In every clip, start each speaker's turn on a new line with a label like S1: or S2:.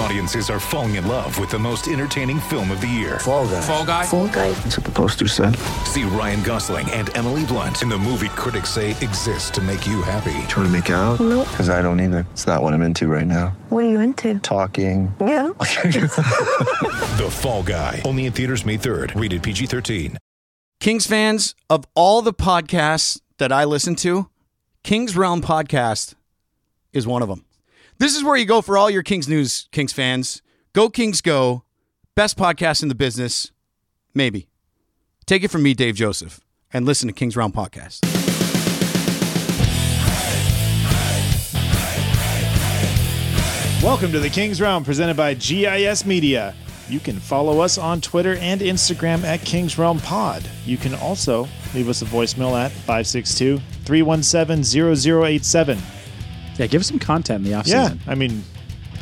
S1: Audiences are falling in love with the most entertaining film of the year.
S2: Fall guy.
S3: Fall guy.
S2: That's what the poster said.
S1: See Ryan Gosling and Emily Blunt in the movie critics say exists to make you happy.
S2: Trying to make it out?
S4: Nope.
S2: Because I don't either. It's not what I'm into right now.
S4: What are you into?
S2: Talking.
S4: Yeah.
S1: The Fall Guy. Only in theaters May 3rd. Rated PG 13.
S5: Kings fans, of all the podcasts that I listen to, Kings Realm Podcast is one of them. This is where you go for all your Kings news, Kings fans. Go Kings Go, best podcast in the business, maybe. Take it from me, Dave Joseph, and listen to Kings Realm Podcast.
S6: Welcome to the Kings Round presented by GIS Media. You can follow us on Twitter and Instagram at Kings Realm Pod. You can also leave us a voicemail at 562 317 0087.
S7: Yeah, give us some content in the
S6: Yeah,
S7: offseason.
S6: I mean,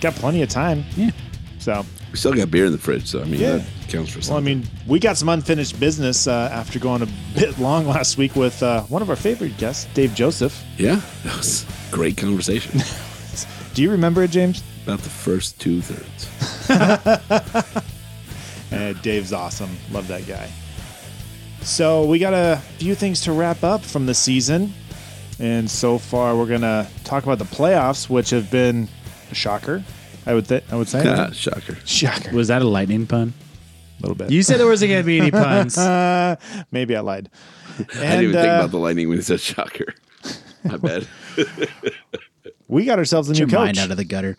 S6: got plenty of time.
S7: Yeah.
S6: So,
S8: We still got beer in the fridge, so I mean
S6: Yeah.
S8: that counts for something.
S6: well, I mean, we got some unfinished business uh, after going a bit long last week with uh, one of our favorite guests, Dave Joseph.
S8: yeah, that was a great conversation
S6: Do you remember it, James?
S8: about the first two thirds.
S6: Uh, Dave's awesome. Love that guy. So we got a few things to wrap up from the season, and so far we're gonna talk about the playoffs, which have been a shocker. I would th- I would say
S8: Ah, shocker.
S6: shocker
S7: Was that a lightning pun?
S6: a little bit.
S7: You said there wasn't going to be any puns.
S6: uh, maybe I lied.
S8: I didn't
S6: And,
S8: even think
S6: uh,
S8: about the lightning when he said shocker. I bet.
S6: we got ourselves a
S7: Get
S6: new
S7: your
S6: coach.
S7: mind out of the gutter.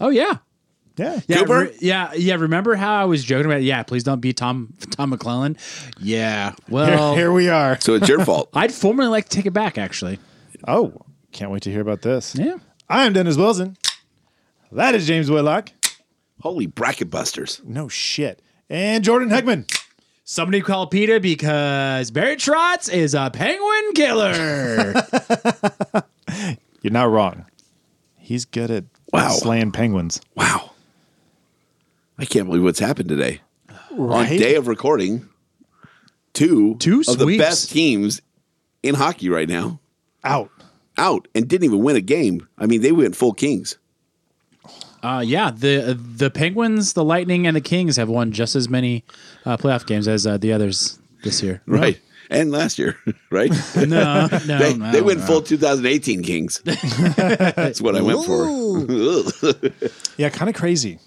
S7: Oh yeah.
S6: yeah,
S7: Yeah,
S8: Cooper?
S7: re- yeah, yeah. Remember how I was joking about? Yeah, please don't be Tom Tom McClellan. Yeah. Well,
S6: here, here we are.
S8: so it's your fault.
S7: I'd formally like to take it back. Actually.
S6: Oh, can't wait to hear about this.
S7: Yeah.
S6: I am Dennis Wilson. That is James Whitlock.
S8: Holy bracket busters.
S6: No shit. And Jordan Heckman.
S7: Somebody call Peter because Barry Trotz is a penguin killer.
S6: You're not wrong. He's good at
S8: Wow.
S6: slaying penguins.
S8: Wow. I can't believe what's happened today. On day of recording, two,
S7: Two
S8: of the
S7: sweeps.
S8: best teams in hockey right now
S6: out.
S8: out and didn't even win a game. I mean, they went full kings.
S7: uh, yeah. The the Penguins, the Lightning, and the Kings have won just as many uh, playoff games as uh, the others this year.
S8: Right. And last year, right?
S7: No, no,
S8: they,
S7: Oh, no,
S8: they went
S7: no.
S8: full 2018 Kings. That's what I went for.
S6: Yeah, kind of crazy.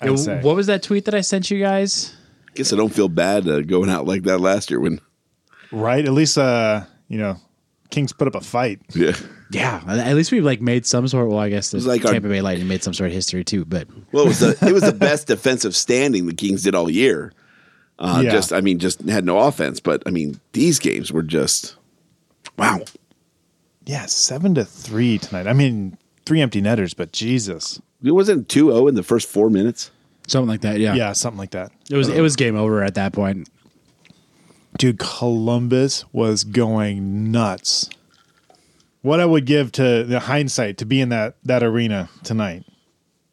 S6: I
S7: Yeah,
S6: would say.
S7: What was that tweet that I sent you guys?
S8: Guess I don't feel bad uh, going out like that last year when.
S6: right? At least, uh, you know, Kings put up a fight.
S8: Yeah.
S7: Yeah, at least we like made some sort. Well, I guess the
S8: was like our-
S7: Tampa Bay Lightning made some sort of history too. But
S8: Well, it was the, it was the best defensive standing the Kings did all year. Uh,
S6: Yeah.
S8: Just, I mean, just had no offense. But I mean, these games were just wow.
S6: Yeah, seven to three tonight. I mean, three empty netters, but Jesus.
S8: It wasn't 2 0 in the first four minutes.
S7: something like that. Yeah,
S6: Yeah, something like that.
S7: It was it was game over at that point.
S6: Dude, Columbus was going nuts. What I would give to the hindsight to be in that that arena tonight.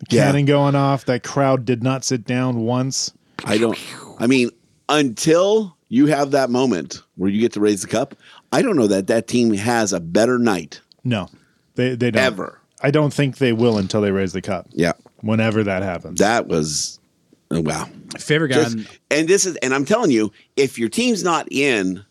S6: The
S8: Yeah.
S6: cannon going off. That crowd did not sit down once.
S8: I don't, I mean, until you have that moment where you get to raise the cup, I don't know that that team has a better night
S6: No, they they don't.
S8: Ever.
S6: I don't think they will until they raise the cup.
S8: Yeah.
S6: Whenever that happens.
S8: That was oh, wow.
S7: Favorite guy.
S8: Just-
S7: on-
S8: and this is and I'm telling you, if your team's not in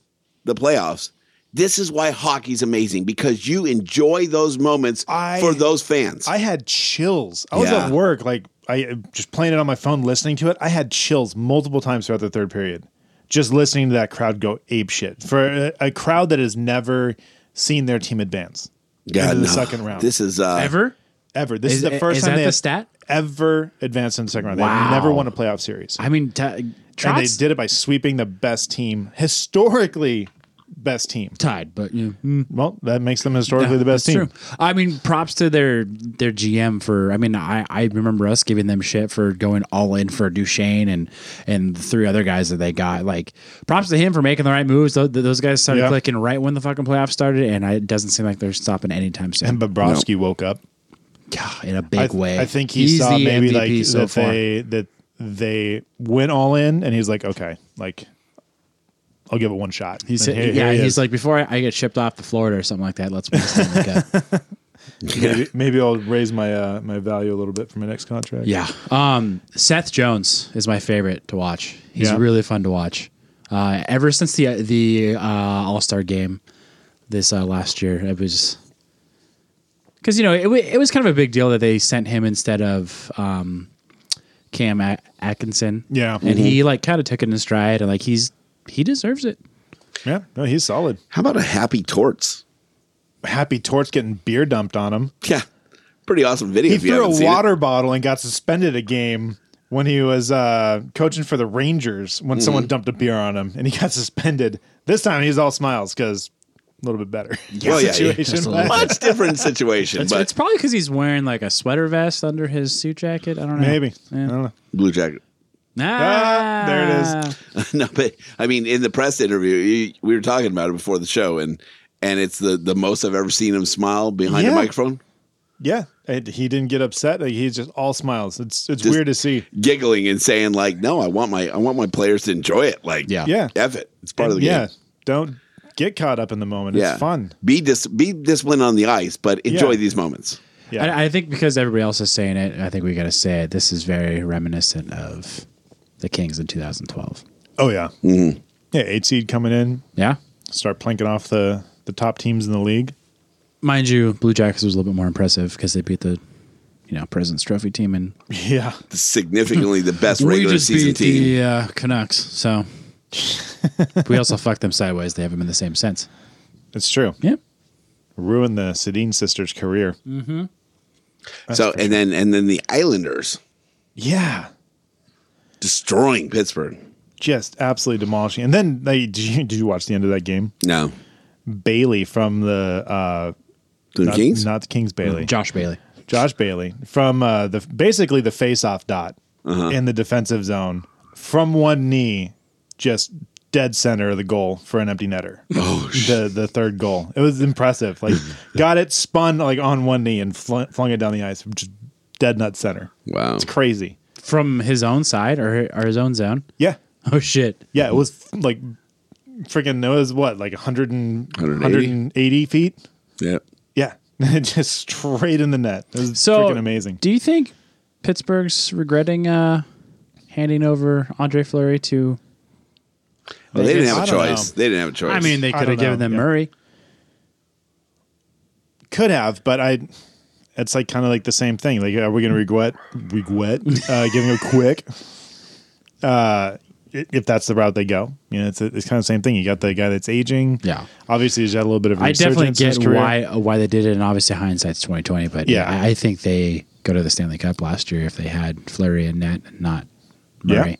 S8: the playoffs, this is why hockey's amazing because you enjoy those moments
S6: I-
S8: for those fans.
S6: I had chills. I was
S8: Yeah.
S6: at work, like I uh, just playing it on my phone, listening to it. I had chills multiple times throughout the third period, just listening to that crowd go ape shit for a, a crowd that has never seen their team advance into the
S8: no.
S6: second round
S8: This is uh,
S7: ever.
S6: ever. This is,
S7: Is-
S6: the first
S7: is
S6: time
S7: that
S6: they
S7: the
S6: have
S7: stat?
S6: ever advanced in the second round.
S7: Wow.
S6: They've never won a playoff series.
S7: I mean, ta-
S6: and they
S7: Trots
S6: did it by sweeping the best team, historically best team.
S7: tied, but you know,
S6: Well, that makes them historically the best
S7: That's
S6: team.
S7: True. I mean, props to their their GM for. I mean, I, I remember us giving them shit for going all in for Duchesne and and the three other guys that they got. Like, props to him for making the right moves. Those, those guys started
S6: Yeah.
S7: clicking right when the fucking playoffs started, and I, it doesn't seem like they're stopping anytime soon.
S6: And Bobrovsky woke up.
S7: God, in a
S6: I,
S7: big
S6: th-
S7: way.
S6: I think he
S7: He's
S6: saw
S7: the
S6: maybe
S7: MVP
S6: like
S7: so
S6: that
S7: far.
S6: they that they went all in, and he's like, okay, like I'll give it one shot.
S7: He
S6: And
S7: said,
S6: here-
S7: "Yeah,
S6: here he
S7: he's
S6: is.
S7: like before I, I get shipped off to Florida or something like that. Let's win the Stanley Cup."
S6: maybe, maybe I'll raise my uh, my value a little bit for my next contract.
S7: Yeah. Um, Seth Jones is my favorite to watch. He's
S6: Yeah.
S7: really fun to watch. Uh, ever since the the uh, All Star game this uh, last year, it was because you know it, wa- it was kind of a big deal that they sent him instead of um, Cam A- Atkinson.
S6: Yeah.
S7: and he like kind of took it in stride and like he's he deserves it.
S6: yeah, no, he's solid.
S8: How about a happy torts?
S6: Happy Torts getting beer dumped on him.
S8: Yeah, pretty awesome video.
S6: He
S8: if you
S6: threw
S8: haven't
S6: a
S8: seen it.
S6: water bottle and got suspended a game when he was uh, coaching for the Rangers when
S7: Mm-hmm.
S6: someone dumped a beer on him and he got suspended. This time he's all smiles because a little bit better.
S8: Well, yeah,
S6: situation.
S7: absolutely.
S8: Much different situation,
S7: It's,
S8: but
S7: it's probably because he's wearing like a sweater vest under his suit jacket. I don't know.
S6: Maybe. I
S7: Yeah.
S6: don't know.
S8: blue jacket.
S7: Ah,
S6: there it
S7: is.
S8: no, but I mean, in the press interview, you, we were talking about it before the show, and and it's the the most I've ever seen him smile behind
S6: Yeah.
S8: a microphone,
S6: Yeah. And he didn't get upset. Like, he's just all smiles. It's it's
S8: Just-
S6: weird to see.
S8: giggling and saying like, "No, I want my I want my players to enjoy it." Like,
S7: Yeah.
S6: Yeah.
S8: F it. It's part of the
S6: yeah.
S8: game.
S6: Don't get caught up in the moment.
S8: Yeah,
S6: It's fun.
S8: Be dis- be disciplined on the ice, but enjoy
S6: Yeah.
S8: these moments.
S6: Yeah.
S7: I, I think because everybody else is saying it, I think we got to say it. This is very reminiscent of the Kings in 2012.
S6: oh, yeah.
S8: Mm-hmm.
S6: Yeah. Eight seed coming in,
S7: Yeah.
S6: start planking off the, the top teams in the league.
S7: Mind you, Blue Jackets was a little bit more impressive because they beat the, you know, President's Trophy team and
S6: Yeah.
S8: Significantly the best regular season team.
S7: the uh, Canucks. So we also fucked them sideways. They haven't been the same since.
S6: It's true.
S7: Yeah.
S6: Ruined the Sedin sisters' career.
S8: so and then and then the Islanders
S6: Yeah.
S8: destroying Pittsburgh.
S6: Just absolutely demolishing. And then they did you, did you watch the end of that game?
S8: No,
S6: Bailey from the uh
S8: the
S6: not,
S8: Kings.
S6: not the Kings Bailey.
S7: Josh Bailey.
S6: Josh Bailey from uh, the basically the face-off dot in the defensive zone from one knee, just dead center of the goal for an empty netter. Oh, the the third goal. It was impressive. Like got it spun like on one knee and flung, flung it down the ice, just dead nut center.
S8: Wow.
S6: it's crazy.
S7: From his own side or, or his own zone.
S6: Yeah,
S7: Oh, shit.
S6: yeah. It was like freaking. It was what like 100 and,
S8: 180?
S6: 180 feet.
S8: Yeah.
S6: Yeah, just straight in the net. It was
S7: So
S6: freaking amazing.
S7: Do you think Pittsburgh's regretting uh, handing over Andre Fleury to?
S8: Well, they didn't
S7: Vegas?
S8: have a
S6: I don't
S8: choice.
S6: know.
S8: They didn't have a choice.
S7: I mean, they could
S6: I don't
S7: have given
S6: know,
S7: them
S6: yeah.
S7: Murray.
S6: could have, but I. It's like kind of like the same thing. Like, are we going to regret regret uh, giving a quick? Uh, i- if that's the route they go, you know, it's it's kind of the same thing. You got the guy that's aging.
S7: Yeah.
S6: obviously he's got a little bit of.
S7: I definitely
S6: resurgence in his
S7: get
S6: career.
S7: why why they did it, and obviously hindsight's twenty twenty. But yeah,
S6: Yeah.
S7: I, I think they go to the Stanley Cup last year if they had Fleury and Net, and not
S6: Yeah.
S7: Murray.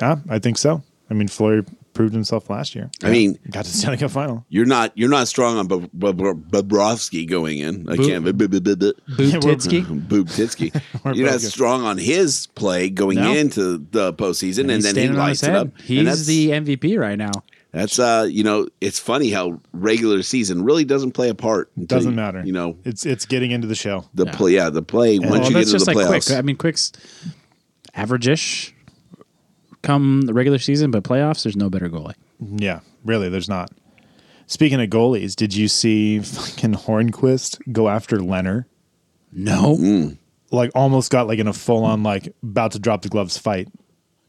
S6: Yeah, I think so. I mean, Fleury proved himself last year.
S8: I mean,
S6: Got to the Stanley Cup final.
S8: you're not you're not strong on Bob- Bob- Bob- Bobrovsky going in. I can't. bu- bu- bu- bu- bu-
S7: Boop
S6: Yeah, we're-
S7: Titsky?
S8: Boob Titsky.
S6: We're
S8: You're not
S6: both good.
S8: strong on his play going
S7: No.
S8: into the postseason, and,
S7: He's
S8: then he
S7: standing on his
S8: lights it
S7: head.
S8: up. And
S7: He's
S8: that's,
S7: the MVP right now.
S8: that's uh you know it's funny how regular season really doesn't play a part. until
S6: Doesn't
S8: you-
S6: matter.
S8: You know
S6: it's it's getting into the show.
S8: the play. Yeah, the play once
S7: Well,
S8: you get
S7: that's
S8: into the
S7: just like
S8: playoffs.
S7: Quick. I mean, Quick's average-ish come the regular season, but playoffs, there's no better goalie.
S6: Yeah, really, there's not. Speaking of goalies, did you see fucking Hornquist go after Leonard?
S7: No.
S6: like almost got like in a full on like about to drop the gloves fight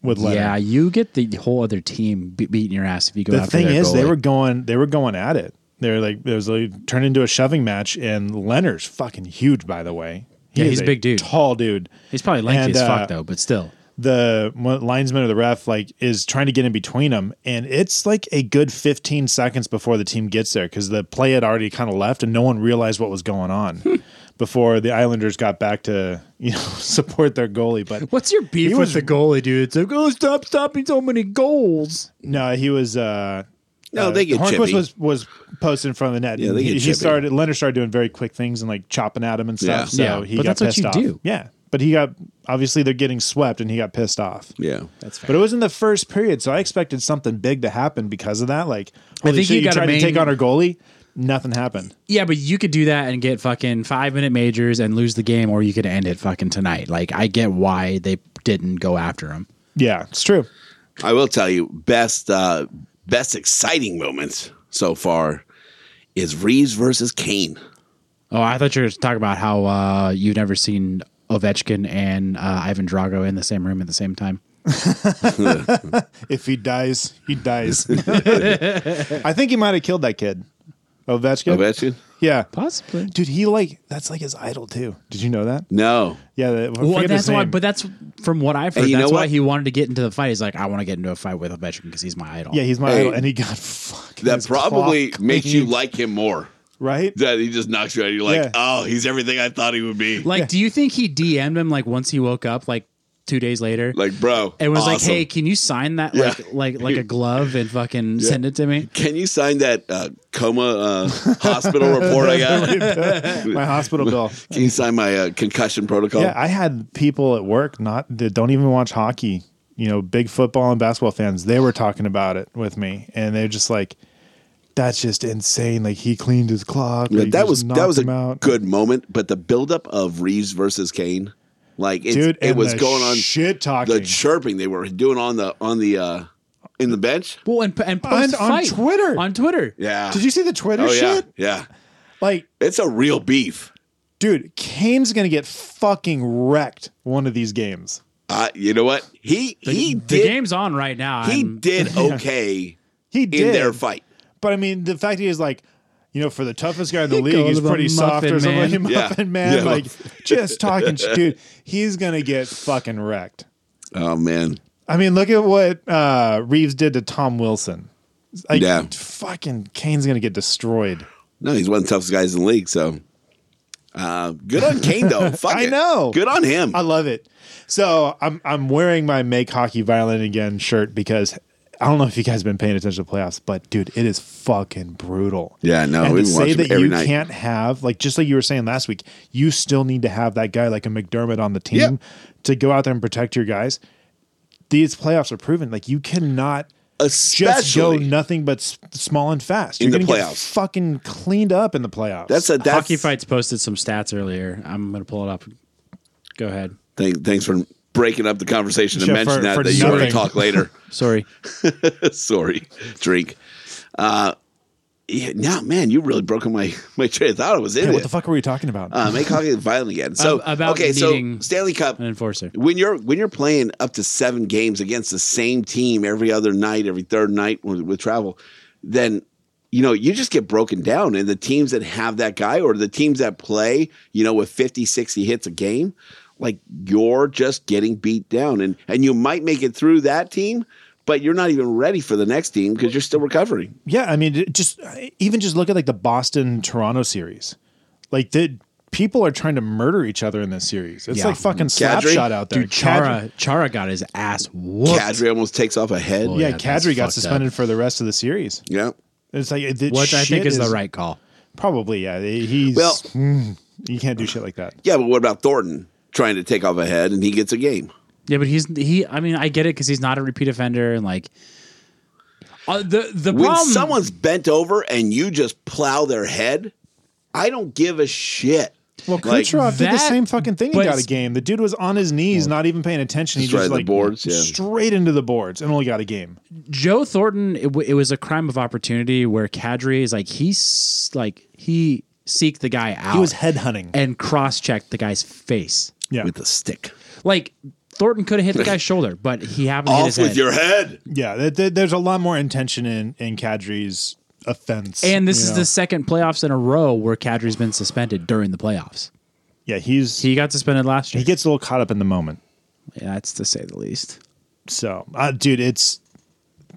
S6: with Leonard.
S7: Yeah, you get the whole other team be- beating your ass if you go.
S6: the
S7: after
S6: thing
S7: their
S6: is, they
S7: goalie.
S6: were going they were going at it. They were like it was like turned into a shoving match, and Leonard's fucking huge, by the way. He
S7: Yeah,
S6: is
S7: he's a big dude.
S6: tall dude.
S7: He's probably lengthy
S6: And,
S7: as
S6: uh,
S7: fuck though, but still.
S6: The one- linesman or the ref like is trying to get in between them, and it's like a good
S7: Hmm.
S6: fifteen seconds before the team gets there because the play had already kind of left, and no one realized what was going on. before the Islanders got back to you know support their goalie. But
S7: What's your beef
S6: He
S7: with
S6: was-
S7: the goalie, dude? It's like, oh, stop stopping so many goals.
S6: no, he was. uh
S8: No,
S6: uh,
S8: they get
S6: Hornquist
S8: chippy.
S6: was was posted in front of the net.
S8: Yeah, they
S6: he,
S8: get
S6: he
S8: chippy.
S6: started. Leonard started doing very quick things and like chopping at him and
S8: Yeah.
S6: stuff. So
S7: Yeah,
S6: he
S7: but
S6: got
S7: that's what
S6: pissed
S7: you
S6: off.
S7: do.
S6: Yeah, but he got obviously they're getting swept and he got pissed off.
S8: yeah.
S6: But it was in the first period, so I expected something big to happen because of that. Like, holy
S7: think
S6: shit,
S7: you
S6: you,
S7: gotta
S6: tried
S7: main-
S6: to take on our goalie, nothing happened.
S7: Yeah, but you could do that and get fucking five minute majors and lose the game, or you could end it fucking tonight. Like, I get why they didn't go after him.
S6: Yeah, it's true.
S8: I will tell you, best uh, best exciting moments so far is Reeves versus Kane.
S7: Oh, I thought you were talking about how uh, you've never seen Ovechkin and uh, Ivan Drago in the same room at the same time.
S6: If he dies, he dies. I think he might have killed that kid, Ovechkin.
S8: Ovechkin?
S6: Yeah,
S7: Possibly.
S6: dude, he like that's like his idol too. Did you know that?
S8: No.
S6: Yeah, that, I
S7: Well,
S6: forget his
S7: that's why,
S6: name.
S7: but that's from what I've heard.
S8: you
S7: that's
S8: know
S7: why
S8: what?
S7: he wanted to get into the fight. He's like, I want to get into a fight with Ovechkin because he's my idol.
S6: yeah, he's my
S8: Hey,
S6: idol, and he got fucking
S8: That
S6: his
S8: probably
S6: clock
S8: makes you
S6: cleaned,
S8: like him more.
S6: right.
S8: That he just knocks you out. You're like,
S6: Yeah.
S8: oh, he's everything I thought he would be. Like,
S7: Like, do you think he DM'd him like once he woke up, like two days later?
S8: bro.
S7: and was like,
S8: awesome.
S7: "Hey, can you sign that
S8: Yeah.
S7: like like like a glove and fucking send it to me?"
S8: Can you sign that uh, coma uh, hospital report I got?
S6: My hospital bill.
S8: Can you sign my uh, concussion protocol?
S6: Yeah, I had people at work not that don't even watch hockey. You know, big football and basketball fans. They were talking about it with me, and they're just like, "That's just insane! Like he cleaned his clock. or
S8: Yeah,
S6: he
S8: that
S6: just
S8: was that
S6: knocked
S8: was a
S6: him out.
S8: good moment, but the buildup of Reeves versus Kane, like it's,
S6: dude.
S8: it
S6: and
S8: was
S6: the
S8: going on
S6: shit
S8: the
S6: talking
S8: chirping they were doing on the on the uh in the bench.
S7: Well, and and
S6: On-
S7: post
S6: on
S7: fight
S6: Twitter.
S7: on Twitter.
S8: Yeah.
S6: Did you see the Twitter
S8: Oh yeah,
S6: shit?
S8: yeah.
S6: Like,
S8: It's a real beef.
S6: dude, Kane's gonna get fucking wrecked one of these games.
S8: Uh, you know what? He he
S7: the
S8: did
S7: game's on right now.
S8: he
S7: I'm-
S8: did okay
S6: He did
S8: in their fight.
S6: But I mean, the fact he is like, you know, for the toughest guy in the
S7: He
S6: league, he's
S7: called him a
S6: pretty soft
S7: muffin
S6: or something.
S7: man.
S8: Yeah.
S6: Muffin man,
S8: Yeah.
S6: like just talking, sh- dude. He's gonna get fucking wrecked.
S8: Oh man.
S6: I mean, look at what uh, Reeves did to Tom Wilson. Like,
S8: Yeah.
S6: fucking Kane's gonna get destroyed.
S8: No, he's one of the toughest guys in the league, so uh, good on Kane though. Fuck
S6: I
S8: it.
S6: know.
S8: Good on him.
S6: I love it. So I'm I'm wearing my "Make Hockey Violent Again" shirt because I don't know if you guys have been paying attention to playoffs, but dude, it is fucking brutal.
S8: Yeah, no,
S6: and
S8: we
S6: to
S8: watch
S6: say
S8: them
S6: that
S8: every
S6: you
S8: night.
S6: can't have like just like you were saying last week, you still need to have that guy like a McDermott on the team
S8: Yep.
S6: to go out there and protect your guys. These playoffs are proven like you cannot. Just go
S8: Especially-
S6: nothing but s- small and fast.
S8: In
S6: You're
S8: the
S6: gonna get
S8: playoffs.
S6: fucking cleaned up in the playoffs.
S8: That's a that's,
S7: Hockey fights posted some stats earlier. I'm gonna pull it up. Go ahead.
S8: Thank, thanks for breaking up the conversation
S6: Yeah,
S8: and mentioning
S6: for-
S8: that
S6: for
S8: that you were going to
S6: nothing.
S8: talk later.
S7: Sorry.
S8: Sorry, drink. Uh, yeah, now, man, you really broken my my train of thought. I was in
S6: Hey,
S8: it.
S6: what the fuck are we talking about?
S8: Uh, make hockey violent again. So
S7: Ab- about
S8: okay, so
S7: needing
S8: Stanley Cup
S7: an enforcer.
S8: When you're when you're playing up to seven games against the same team every other night, every third night with, with travel, then you know you just get broken down. And the teams that have that guy or the teams that play, you know, with 50, 60 hits a game, like you're just getting beat down. And and you might make it through that team, but you're not even ready for the next team because you're still recovering.
S6: Yeah, I mean, it just even just look at like the Boston Toronto series. Like the people are trying to murder each other in this series. It's
S7: Yeah.
S6: like fucking slap
S8: Kadri?
S6: shot out there.
S7: Dude, Chara
S6: Kadri-
S7: Chara got his ass whooped.
S8: Kadri almost takes off a head.
S7: Oh,
S6: yeah,
S7: yeah, that's
S6: Kadri got
S7: fucked
S6: suspended
S7: up.
S6: for the rest of the series.
S8: yeah.
S6: It's like the
S7: Which I think
S6: shit
S7: is, the right call.
S6: Probably, yeah. He's
S8: Well-
S6: Mm, you can't do shit like that.
S8: Yeah, but what about Thornton trying to take off a head and he gets a game?
S7: Yeah, but he's he. I mean, I get it because he's not a repeat offender and like. Uh, the the
S8: When
S7: problem
S8: someone's bent over and you just plow their head, I don't give a shit.
S6: Well,
S8: Like,
S6: Kucherov did the
S7: that-
S6: same fucking thing. He
S7: but
S6: got a
S7: it's-
S6: game. The dude was on his knees, not even paying attention. He
S8: Straight
S6: just
S8: at the
S6: like
S8: boards, yeah.
S6: straight into the boards and only got a game.
S7: Joe Thornton, it, w- it was a crime of opportunity where Kadri is like he's like he seeked the guy out.
S6: He was headhunting.
S7: and cross checked the guy's face.
S6: Yeah,
S8: with a stick.
S7: Like Thornton could have hit the guy's shoulder, but he happened to hit
S8: Off
S7: his
S8: with
S7: head.
S8: your head.
S6: yeah. th- th- there's a lot more intention in in Kadri's offense.
S7: and this
S6: you
S7: is
S6: know?
S7: the second playoffs in a row where Kadri's been suspended during the playoffs.
S6: Yeah, he's
S7: He got suspended last year.
S6: he gets a little caught up in the moment.
S7: yeah, that's to say the least.
S6: So, uh, dude, it's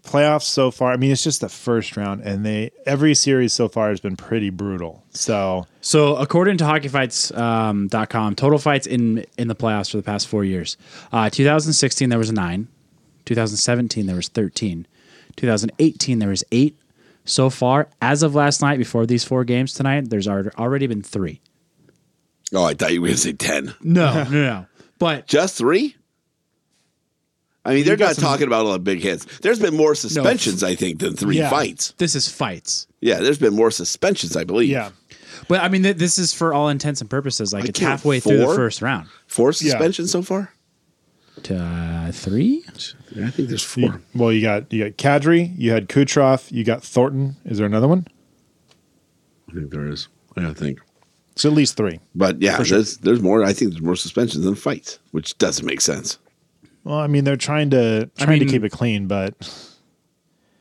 S6: playoffs so far. I mean, it's just the first round, and they every series so far has been pretty brutal. So,
S7: So, according to HockeyFights.com, um, dot com, total fights in in the playoffs for the past four years. Uh, 2016 there was nine. 2017 there was 13. 2018 there was eight. So far, as of last night, before these four games tonight, there's al- already been three.
S8: Oh, I thought you were going to say 10.
S7: No, no, no. But
S8: Just three? I mean, they're
S7: got
S8: not
S7: some-
S8: talking about a lot of big hits. There's been more suspensions, I think, than three
S6: Yeah.
S8: fights.
S7: this is fights.
S8: Yeah, there's been more suspensions, I believe.
S6: Yeah.
S7: But I mean, th- this is for all intents and purposes. Like
S8: I
S7: it's
S8: count
S7: halfway through the
S8: four.
S7: first round.
S8: Four suspensions so far?
S7: To uh, three?
S8: I think there's four.
S6: You- well, you got you got Kadri, you had Kucherov, you got Thornton. Is there another one?
S8: I think there is. I think.
S6: It's at least three.
S8: But yeah, there's, there's more. I think there's more suspensions than fights, which doesn't make sense.
S6: Well, I mean, they're trying to
S7: I
S6: trying
S7: mean-
S6: to keep it clean, but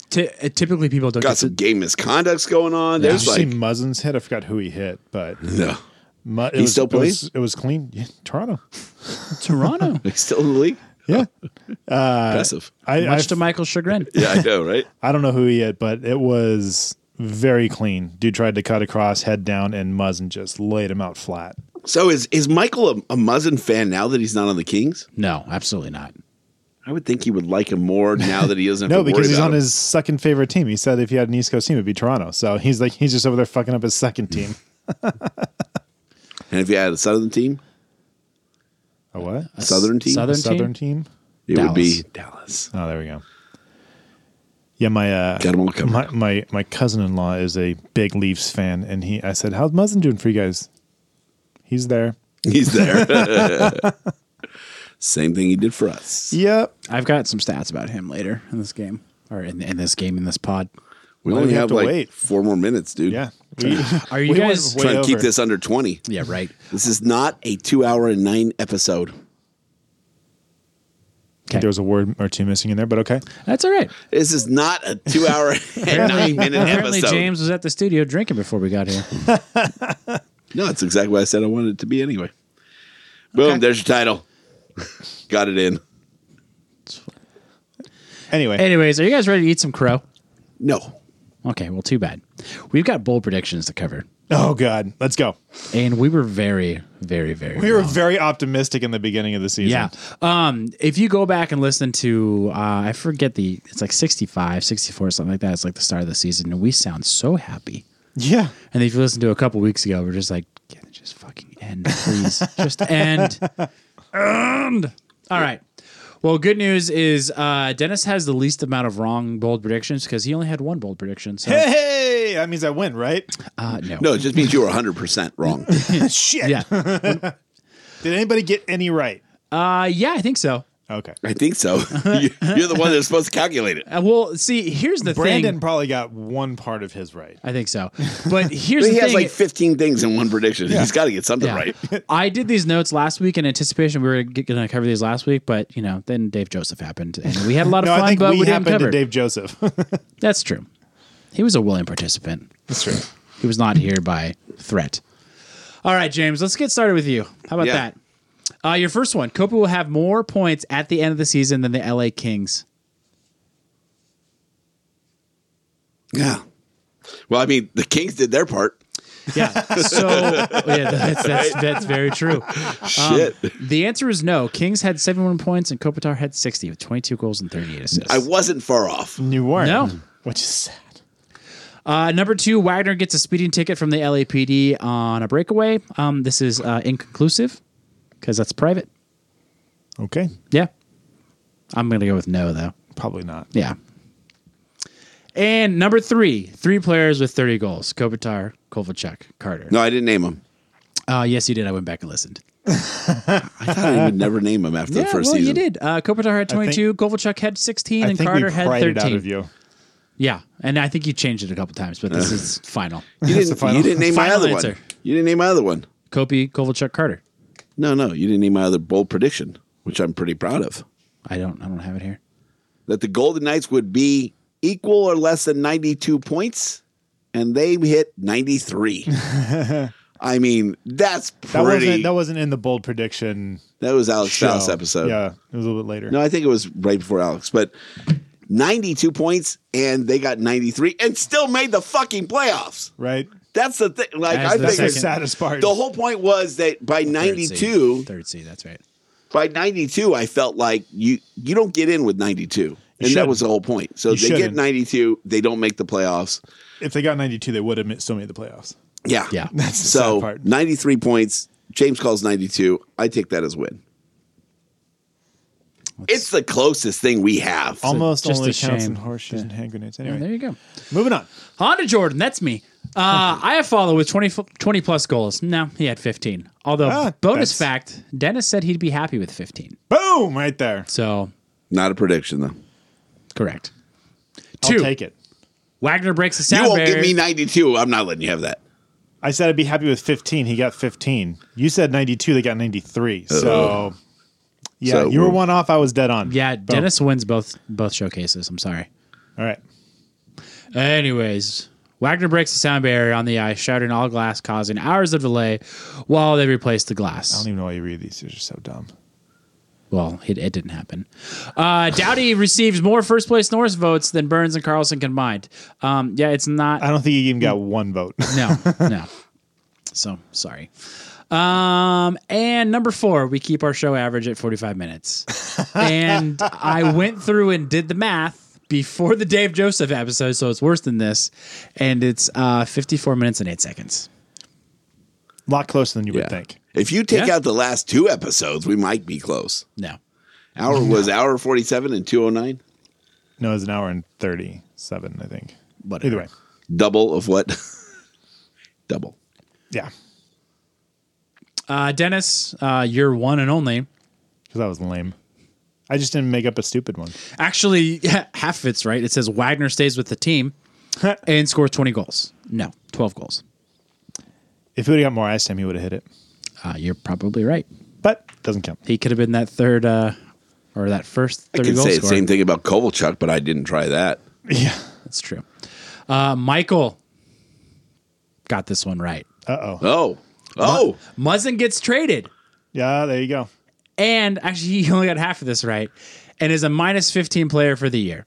S7: Ty- uh, typically, people don't
S8: Got
S7: get
S8: some
S7: to,
S8: game misconducts going on.
S6: did
S8: There's
S6: you
S8: like,
S6: see Muzzin's hit? I forgot who he hit, but
S8: no.
S6: Mu- it
S8: He
S6: was,
S8: still
S6: it was-
S8: plays?
S6: It was clean. Yeah, Toronto.
S7: Toronto.
S8: He's still in the league?
S6: Yeah,
S8: Impressive.
S6: Uh, I I,
S7: Much to Michael's chagrin.
S8: yeah, I know, right?
S6: I don't know who he hit, but it was very clean. Dude tried to cut across, head down, and Muzzin just laid him out flat.
S8: So is is Michael a, a Muzzin fan now that he's not on the Kings?
S7: No, absolutely not.
S8: I would think he would like him more now that he isn't.
S6: No, because he's on his second favorite team. He said if he had an East Coast team, it'd be Toronto. So he's like he's just over there fucking up his second team.
S8: And if you had a Southern team,
S6: A what?
S8: a Southern team,
S7: Southern,
S6: Southern
S7: team.
S6: team?
S8: it would be
S7: Dallas.
S8: Dallas.
S6: Oh, there we go. Yeah, my uh,
S8: Got 'em all covered.
S6: my my, my cousin in law is a big Leafs fan, and he I said, "How's Muzzin doing for you guys?" He's there.
S8: He's there. Same thing he did for us.
S6: Yep.
S7: I've got some stats about him later in this game, or in, in this game in this pod.
S8: We
S6: Well,
S8: only
S6: we have
S8: have,
S6: to
S8: like
S6: wait.
S8: four more minutes, dude.
S6: Yeah. We-
S7: Are you
S6: we went
S7: guys-
S6: way
S8: trying to keep
S6: over.
S8: this under twenty.
S7: Yeah, right.
S8: This is not a two-hour and nine episode.
S7: Okay,
S6: There was a word or two missing in there, but okay.
S7: that's all right.
S8: This is not a two-hour and nine-minute
S7: Apparently,
S8: episode.
S7: James was at the studio drinking before we got here.
S8: No, that's exactly what I said I wanted it to be anyway. Boom! There's your title. Got it in.
S6: Anyway,
S7: Anyways, are you guys ready to eat some crow?
S8: No,
S7: Okay, well, too bad. We've got bold predictions to cover,
S6: oh god, let's go.
S7: and we were very, very, very.
S6: We were
S7: wrong.
S6: very optimistic in the beginning of the season.
S7: Yeah. Um, if you go back and listen to, uh, I forget the, it's like 65, 64, something like that. It's like the start of the season, and we sound so happy.
S6: Yeah.
S7: And if you listen to a couple weeks ago, we're just like, can it just fucking end, please? just end. End. All right. Well, good news is uh, Dennis has the least amount of wrong bold predictions because he only had one bold prediction. So,
S6: Hey, that means I win, right?
S7: uh, no.
S8: no, it just means you were hundred percent wrong.
S6: Shit.
S7: Yeah.
S6: Did anybody get any right?
S7: Uh, yeah, I think so.
S6: Okay.
S8: I think so. You- You're the one that's supposed to calculate it.
S7: Uh, well, see, here's the
S6: Brandon
S7: thing.
S6: probably got one part of his right.
S7: I think so. But here's
S8: He
S7: the
S8: has
S7: thing.
S8: like 15 things in one prediction. He's got to get something right.
S7: I did these notes last week in anticipation we were going to cover these last week, but you know, then Dave Joseph happened, and we had a lot of
S6: No,
S7: fun,
S6: I think
S7: but
S6: we,
S7: we, didn't
S6: happened
S7: cover.
S6: to Dave Joseph.
S7: That's true. He was a willing participant.
S6: That's true.
S7: He was not here by threat. All right, James, let's get started with you. How about
S8: Yeah.
S7: that? Uh, your first one. Copa will have more points at the end of the season than the LA Kings.
S8: Yeah. Well, I mean, the Kings did their part.
S7: Yeah. So oh, yeah, that's that's, that's very true.
S8: Shit.
S7: The answer is no. Kings had 71 points and Kopitar had 60 with 22 goals and 38 assists.
S8: I wasn't far off.
S6: You weren't.
S7: No.
S6: Which is sad.
S7: Uh, number two, Wagner gets a speeding ticket from the LAPD on a breakaway. Um, this is uh, inconclusive because that's private.
S6: Okay.
S7: Yeah. I'm going to go with no, though.
S6: Probably not.
S7: Yeah. And number three, three players with 30 goals Kopitar, Kovalchuk, Carter.
S8: No, I didn't name him.
S7: Uh, yes, you did. I went back and listened.
S8: I thought I would never name him after the
S7: yeah,
S8: first
S7: well,
S8: season.
S7: you did. Uh, Kopitar had
S6: I think-
S7: 22, Kovalchuk had 16,
S6: I
S7: and
S6: think
S7: Carter
S6: we
S7: had
S6: pried it out of
S7: 13.
S6: you.
S7: Yeah. And I think you changed it a couple times, but this is final.
S8: You
S6: the
S8: didn't,
S6: final-
S8: you didn't name my
S7: final
S8: other
S7: answer.
S8: one. You didn't name my other one.
S7: Kopi, Kovalchuk, Carter.
S8: No, no, you didn't name my other bold prediction, which I'm pretty proud of.
S7: I don't, I don't have it here.
S8: That the Golden Knights would be equal or less than 92 points, and they hit 93. I mean, that's
S6: That
S8: pretty. Oh,
S6: wasn't that wasn't in the bold prediction
S8: That was Alex
S6: show.
S8: Strauss episode.
S6: Yeah, it was a little bit later.
S8: No, I think it was right before Alex, but 92 points and they got 93 and still made the fucking playoffs.
S6: Right?
S8: That's the thing. Like
S7: That's
S8: I
S7: the
S8: think
S7: second-
S6: the saddest part.
S8: the whole point was that by
S7: Third seed.
S8: '92,
S7: Third seed. That's right.
S8: by '92, I felt like you you don't get in with '92, and that
S6: shouldn't.
S8: was the whole point. So
S6: You
S8: they get
S6: shouldn't.
S8: '92, they don't make the playoffs.
S6: if they got 92, they would have mi- still made the playoffs.
S8: Yeah,
S7: Yeah.
S6: That's the sad
S8: So
S6: part.
S8: 93 points. James calls 92. I take that as win. It's the closest thing we have.
S6: Almost
S7: just
S6: only
S7: a
S6: counts in
S7: shame.
S6: horseshoes and hand grenades. Anyway,
S7: There you go.
S6: moving on.
S7: Honda Jordan, that's me. Uh, I have followed with 20, 20 plus goals. No, he had 15. Although,
S6: Ah,
S7: bonus
S6: that's-
S7: fact, Dennis said he'd be happy with 15.
S6: Boom! Right there.
S7: So,
S8: Not a prediction, though.
S7: correct.
S6: I'll
S7: Two,
S6: take it.
S7: Wagner breaks the
S8: You
S7: sound
S8: won't
S7: barrier.
S8: give me 92. I'm not letting you have that.
S6: I said I'd be happy with 15. He got 15. You said 92. They got 93. So, yeah,
S8: So
S6: you were
S8: we're-
S6: one off. I was dead on.
S7: yeah,
S6: Boom.
S7: Dennis wins both both showcases. I'm sorry.
S6: All right.
S7: Anyways, Wagner breaks the sound barrier on the ice, shattering all glass, causing hours of delay while they replace the
S6: I
S7: glass.
S6: don't even know why you read these. These are so dumb.
S7: Well, it, it didn't happen. Uh, Dowdy receives more first place Norris votes than Burns and Carlson combined. Um, yeah, it's not.
S6: I don't think he even got one vote.
S7: No, no. So sorry. Um, and number four, we keep our show average at 45 minutes. and I went through and did the math before the Dave Joseph episode, so it's worse than this. And it's uh 54 minutes and eight seconds.
S6: A lot closer than you would think.
S8: If you take
S7: Yeah.
S8: out the last two episodes, we might be close.
S7: No.
S8: Hour was hour 47 and 209.
S6: No, it's an hour and 37, I think. But
S7: Whatever.
S6: Either way.
S8: Double of what? Double.
S6: Yeah.
S7: Uh Dennis, uh, you're one and only.
S6: Because that was lame. I just didn't make up a stupid one.
S7: Actually, half of it's right. It says Wagner stays with the team and scores 20 goals. No, 12 goals.
S6: If he would have got more ice time, he would have hit it.
S7: Uh, you're probably right.
S6: But doesn't count.
S7: He could have been that third uh, or that first
S8: I
S7: 30
S8: can
S7: goal
S8: say the
S7: scorer.
S8: same thing about Kovalchuk, but I didn't try that.
S6: Yeah.
S7: That's true. Uh, Michael got this one right.
S6: Uh oh.
S8: Oh. Oh.
S7: Muzzin gets traded.
S6: Yeah, there you go.
S7: And actually, he only got half of this right and is a minus 15 player for the year.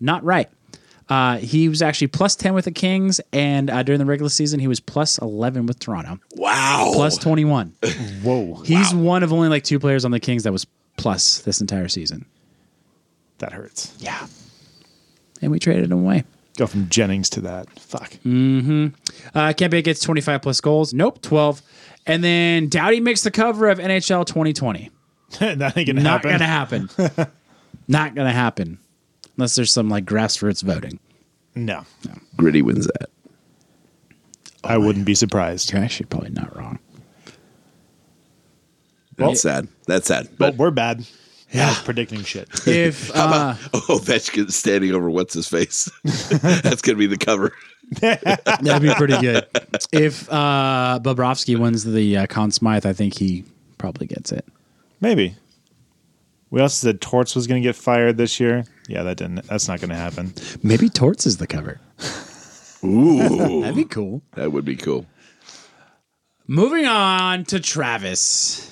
S7: Not right. Uh, he was actually plus 10 with the Kings, and uh, during the regular season, he was plus 11 with Toronto,
S8: Wow.
S7: plus 21.
S6: Whoa.
S7: He's one of only like two players on the Kings that was plus this entire season.
S6: That hurts.
S7: Yeah. And we traded him away.
S6: Go from Jennings to that. Fuck.
S7: Hmm. Uh, Kempe gets 25 plus goals. Nope, 12. And then Dowdy makes the cover of NHL 2020.
S6: that ain't gonna
S7: Not
S6: happen.
S7: going to happen. Not going to happen. Unless there's some like grassroots voting.
S6: no.
S7: Oh,
S8: Gritty wins that.
S6: I wouldn't be surprised.
S7: You're actually probably not wrong.
S6: Well-
S8: That's sad. That's sad.
S6: But
S8: But
S6: we're bad. Yeah. predicting shit.
S7: If uh,
S8: oh, Ovechkin standing over what's his face. That's gonna be the cover.
S7: that'd be pretty good. uh, If uh, Bobrovsky wins the uh, Conn Smythe, I think he probably gets it.
S6: Maybe. We also said Torts was gonna get fired this year. Yeah, that didn't that's not gonna happen.
S7: Maybe Torts is the cover.
S8: Ooh,
S7: That'd be cool.
S8: that would be cool.
S7: Moving on to Travis.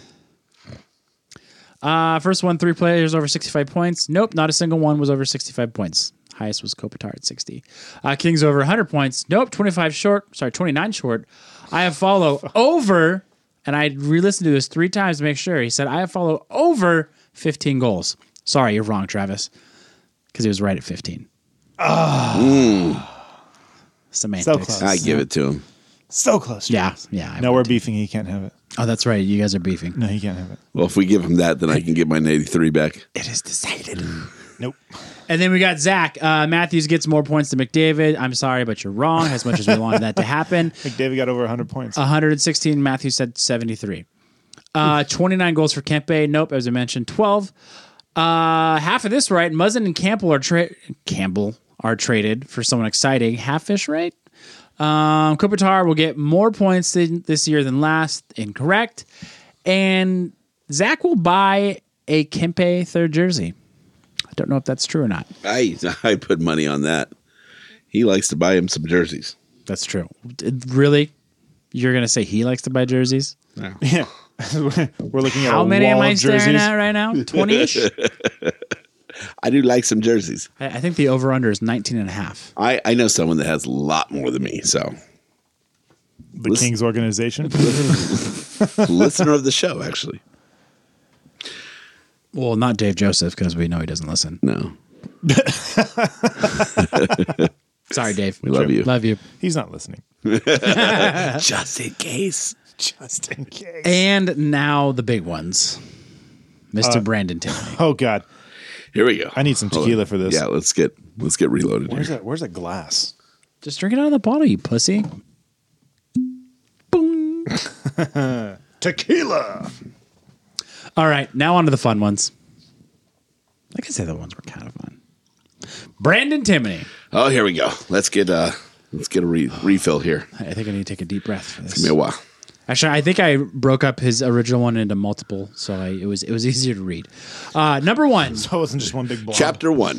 S7: Uh, first one, three players over 65 points. Nope, not a single one was over 65 points. Highest was Kopitar at 60. Uh, Kings over 100 points. Nope, 25 short. Sorry, 29 short. I have follow over, and I re listened to this three times to make sure. He said, I have follow over 15 goals. Sorry, you're wrong, Travis, because he was right at 15. Semantics.
S6: Ah. So close.
S8: I give it to him.
S6: So close.
S7: Yeah, yeah. I
S6: No,
S7: would.
S6: we're beefing. He can't have it.
S7: Oh, that's right. You guys are beefing.
S6: No, he can't have it.
S8: Well, if we give him that, then I can get my ninety-three back.
S7: It is decided.
S6: Nope.
S7: And then we got Zach. Uh, Matthews gets more points than McDavid. I'm sorry, but you're wrong. As much as we wanted that to happen,
S6: McDavid got over 100 points.
S7: Uh-huh. 116. Matthews said 73. Uh, 29 goals for Kempe. Nope, as I mentioned, 12. Uh, half of this right. Muzzin and Campbell are tra- Campbell are traded for someone exciting. Half-ish right. Um, Kopitar will get more points than this year than last. Incorrect. And Zach will buy a Kempe third jersey. I don't know if that's true or not.
S8: I I put money on that. He likes to buy him some jerseys.
S7: That's true. D- Really? You're gonna say he likes to buy jerseys?
S6: yeah. we're looking at
S7: How
S6: a
S7: many
S6: wall
S7: am I
S6: of
S7: staring
S6: jerseys.
S7: at right now? 20-ish? I
S8: I do like some jerseys.
S7: I think the over-under is 19 and a half.
S8: I I know someone that has a lot more than me, so
S6: the
S8: Listen-
S6: Kings organization.
S8: listener of the show, actually.
S7: Well, not Dave Joseph because we know he doesn't listen.
S8: No,
S7: Sorry, Dave.
S8: we love you.
S7: Love you.
S6: He's not listening.
S8: Just in case.
S6: Just in case.
S7: And now the big ones,
S8: Uh,
S7: Mr. Brandon Tiffany.
S6: Oh God,
S8: Here we go.
S6: I need some
S8: Hold on.
S6: tequila for this.
S8: Yeah, let's get let's get reloaded.
S6: where's
S8: Here.
S6: that? Where's that glass?
S7: Just drink it out of the bottle, you pussy. Boom.
S6: Tequila.
S7: All right, now on to the fun ones. I can say the ones were kind of fun. Brandon Timoney.
S8: Oh, here we go. Let's get uh let's get a re- refill here.
S7: I think I need to take a deep breath for this.
S8: Give me a while.
S7: Actually, I think I broke up his original one into multiple, so I, it was it was easier to read. Uh, number one,
S6: So it wasn't just one big blob.
S8: Chapter one.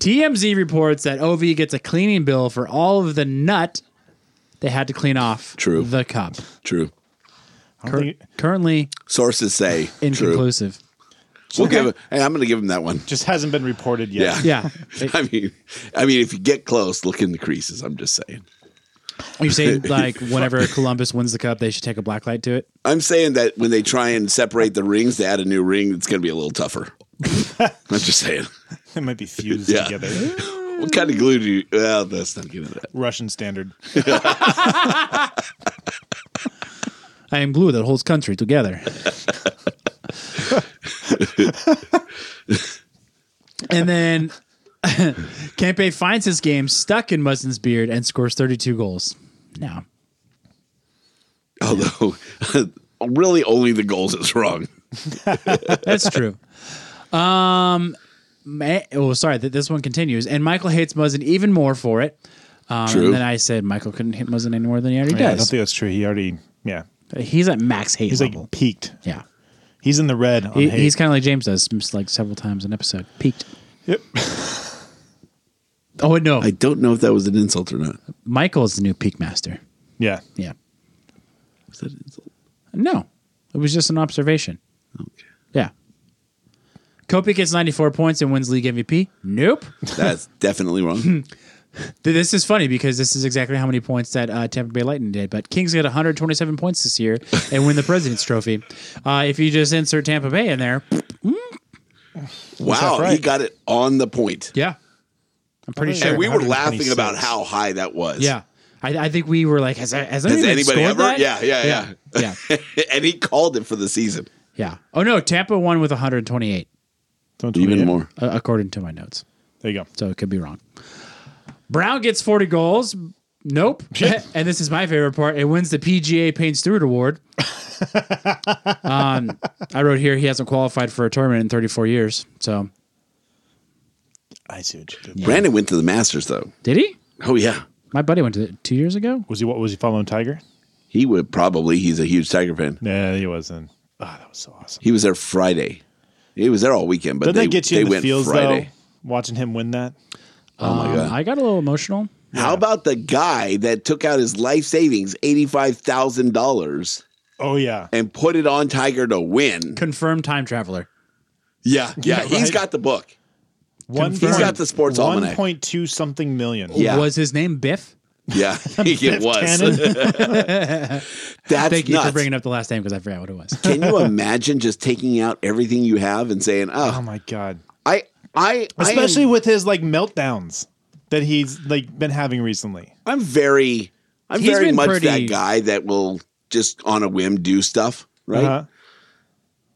S7: TMZ reports that OV gets a cleaning bill for all of the nut they had to clean off
S8: True.
S7: the cup.
S8: True.
S6: I don't think-
S7: Currently
S8: Sources say true.
S7: inconclusive.
S8: We'll give. it- Hey, I'm going to give him that one.
S6: just hasn't been reported yet.
S8: Yeah.
S7: Yeah,
S8: I mean, I mean, if you get close, look in the creases. I'm just saying.
S7: you say like whenever Columbus wins the cup, they should take a black light to it.
S8: I'm saying that when they try and separate the rings, they add a new ring. It's going to be a little tougher. I'm just saying.
S6: It might be fused
S8: Yeah.
S6: together.
S8: What kind of glue do you? Well, let's not get into that.
S6: Russian standard.
S7: I am glue that holds country together. and then Kempe finds his game stuck in Muzzin's beard and scores 32 goals. Now,
S8: Although, really, only the goals is wrong.
S7: that's true. Um, ma- oh, sorry, th- this one continues. And Michael hates Muzzin even more for it. Um,
S8: True.
S7: And then I said Michael couldn't hit Muzzin any more than he already
S6: Oh, Yeah, I don't
S7: does.
S6: think that's true. He already. Yeah.
S7: he's at max hate
S6: He's
S7: level.
S6: like peaked.
S7: yeah.
S6: He's in the red. On
S7: He-
S6: hate.
S7: he's kind of like James does, just like several times an episode. Peaked.
S6: Yep.
S7: Oh, no.
S8: I don't know if that was an insult or not.
S7: Michael is the new peak master.
S6: Yeah.
S7: Yeah.
S8: Was that an insult?
S7: No, it was just an observation.
S8: Okay.
S7: Yeah. Kopi gets 94 points and wins league MVP. Nope.
S8: That's definitely wrong.
S7: Th- This is funny because this is exactly how many points that uh, Tampa Bay Lightning did. But Kings get 127 points this year and win the President's Trophy. Uh, if you just insert Tampa Bay in there,
S8: wow, he
S6: right?
S8: got it on the point.
S7: yeah, I'm pretty sure.
S8: And we were laughing
S7: 126.
S8: about how high that was.
S7: Yeah, I, I think we were like, has, has, anybody,
S8: anybody
S7: scored
S8: ever?
S7: that?
S8: Yeah, yeah,
S7: yeah, yeah,
S8: and he called it for the season.
S7: yeah. Oh no, Tampa won with 128
S6: Don't tweet
S8: Even
S6: it.
S8: more.
S7: uh, according to my notes.
S6: There you go.
S7: so it could be wrong. Brown gets 40 goals. Nope. and this is my favorite part. It wins the PGA Payne Stewart Award. um, I wrote here he hasn't qualified for a tournament in 34 years. So
S6: I see what you did.
S8: Brandon went to the Masters though.
S7: did he?
S8: Oh yeah,
S7: My buddy went to it two years ago.
S6: Was he what? Was he following Tiger?
S8: he would probably. He's a huge Tiger fan.
S6: Nah, he wasn't. Oh, that was so awesome.
S8: He was there Friday. He was there all weekend, but
S6: Doesn't
S8: they,
S6: that get you
S8: they
S6: in the
S8: went
S6: feels
S8: Friday.
S6: though? Watching him win that.
S8: Oh my god!
S7: I got a little emotional.
S8: How about the guy that took out his life savings, eighty five thousand dollars,
S6: Oh yeah.
S8: and put it on Tiger to win?
S7: Confirmed time traveler.
S8: Yeah, yeah.
S6: Yeah,
S8: He's
S6: right.
S8: got the book.
S6: One
S8: He's got the sports
S6: One
S8: almanac.
S6: point two something million.
S8: Yeah.
S7: Was his name Biff?
S8: Yeah, it was.
S6: Cannon.
S8: That's
S7: Thank you
S8: nuts.
S7: for bringing up the last name because I forgot what it was.
S8: Can you imagine just taking out everything you have and saying,
S6: oh
S8: "Oh,
S7: Um,
S6: my god.
S8: I, I, I am-
S6: Especially with his like meltdowns that he's like been having recently.
S8: I'm very, I'm
S7: He's
S8: very
S7: been
S8: much
S7: pretty-
S8: that guy that will just on a whim do stuff. Right?
S6: Uh-huh.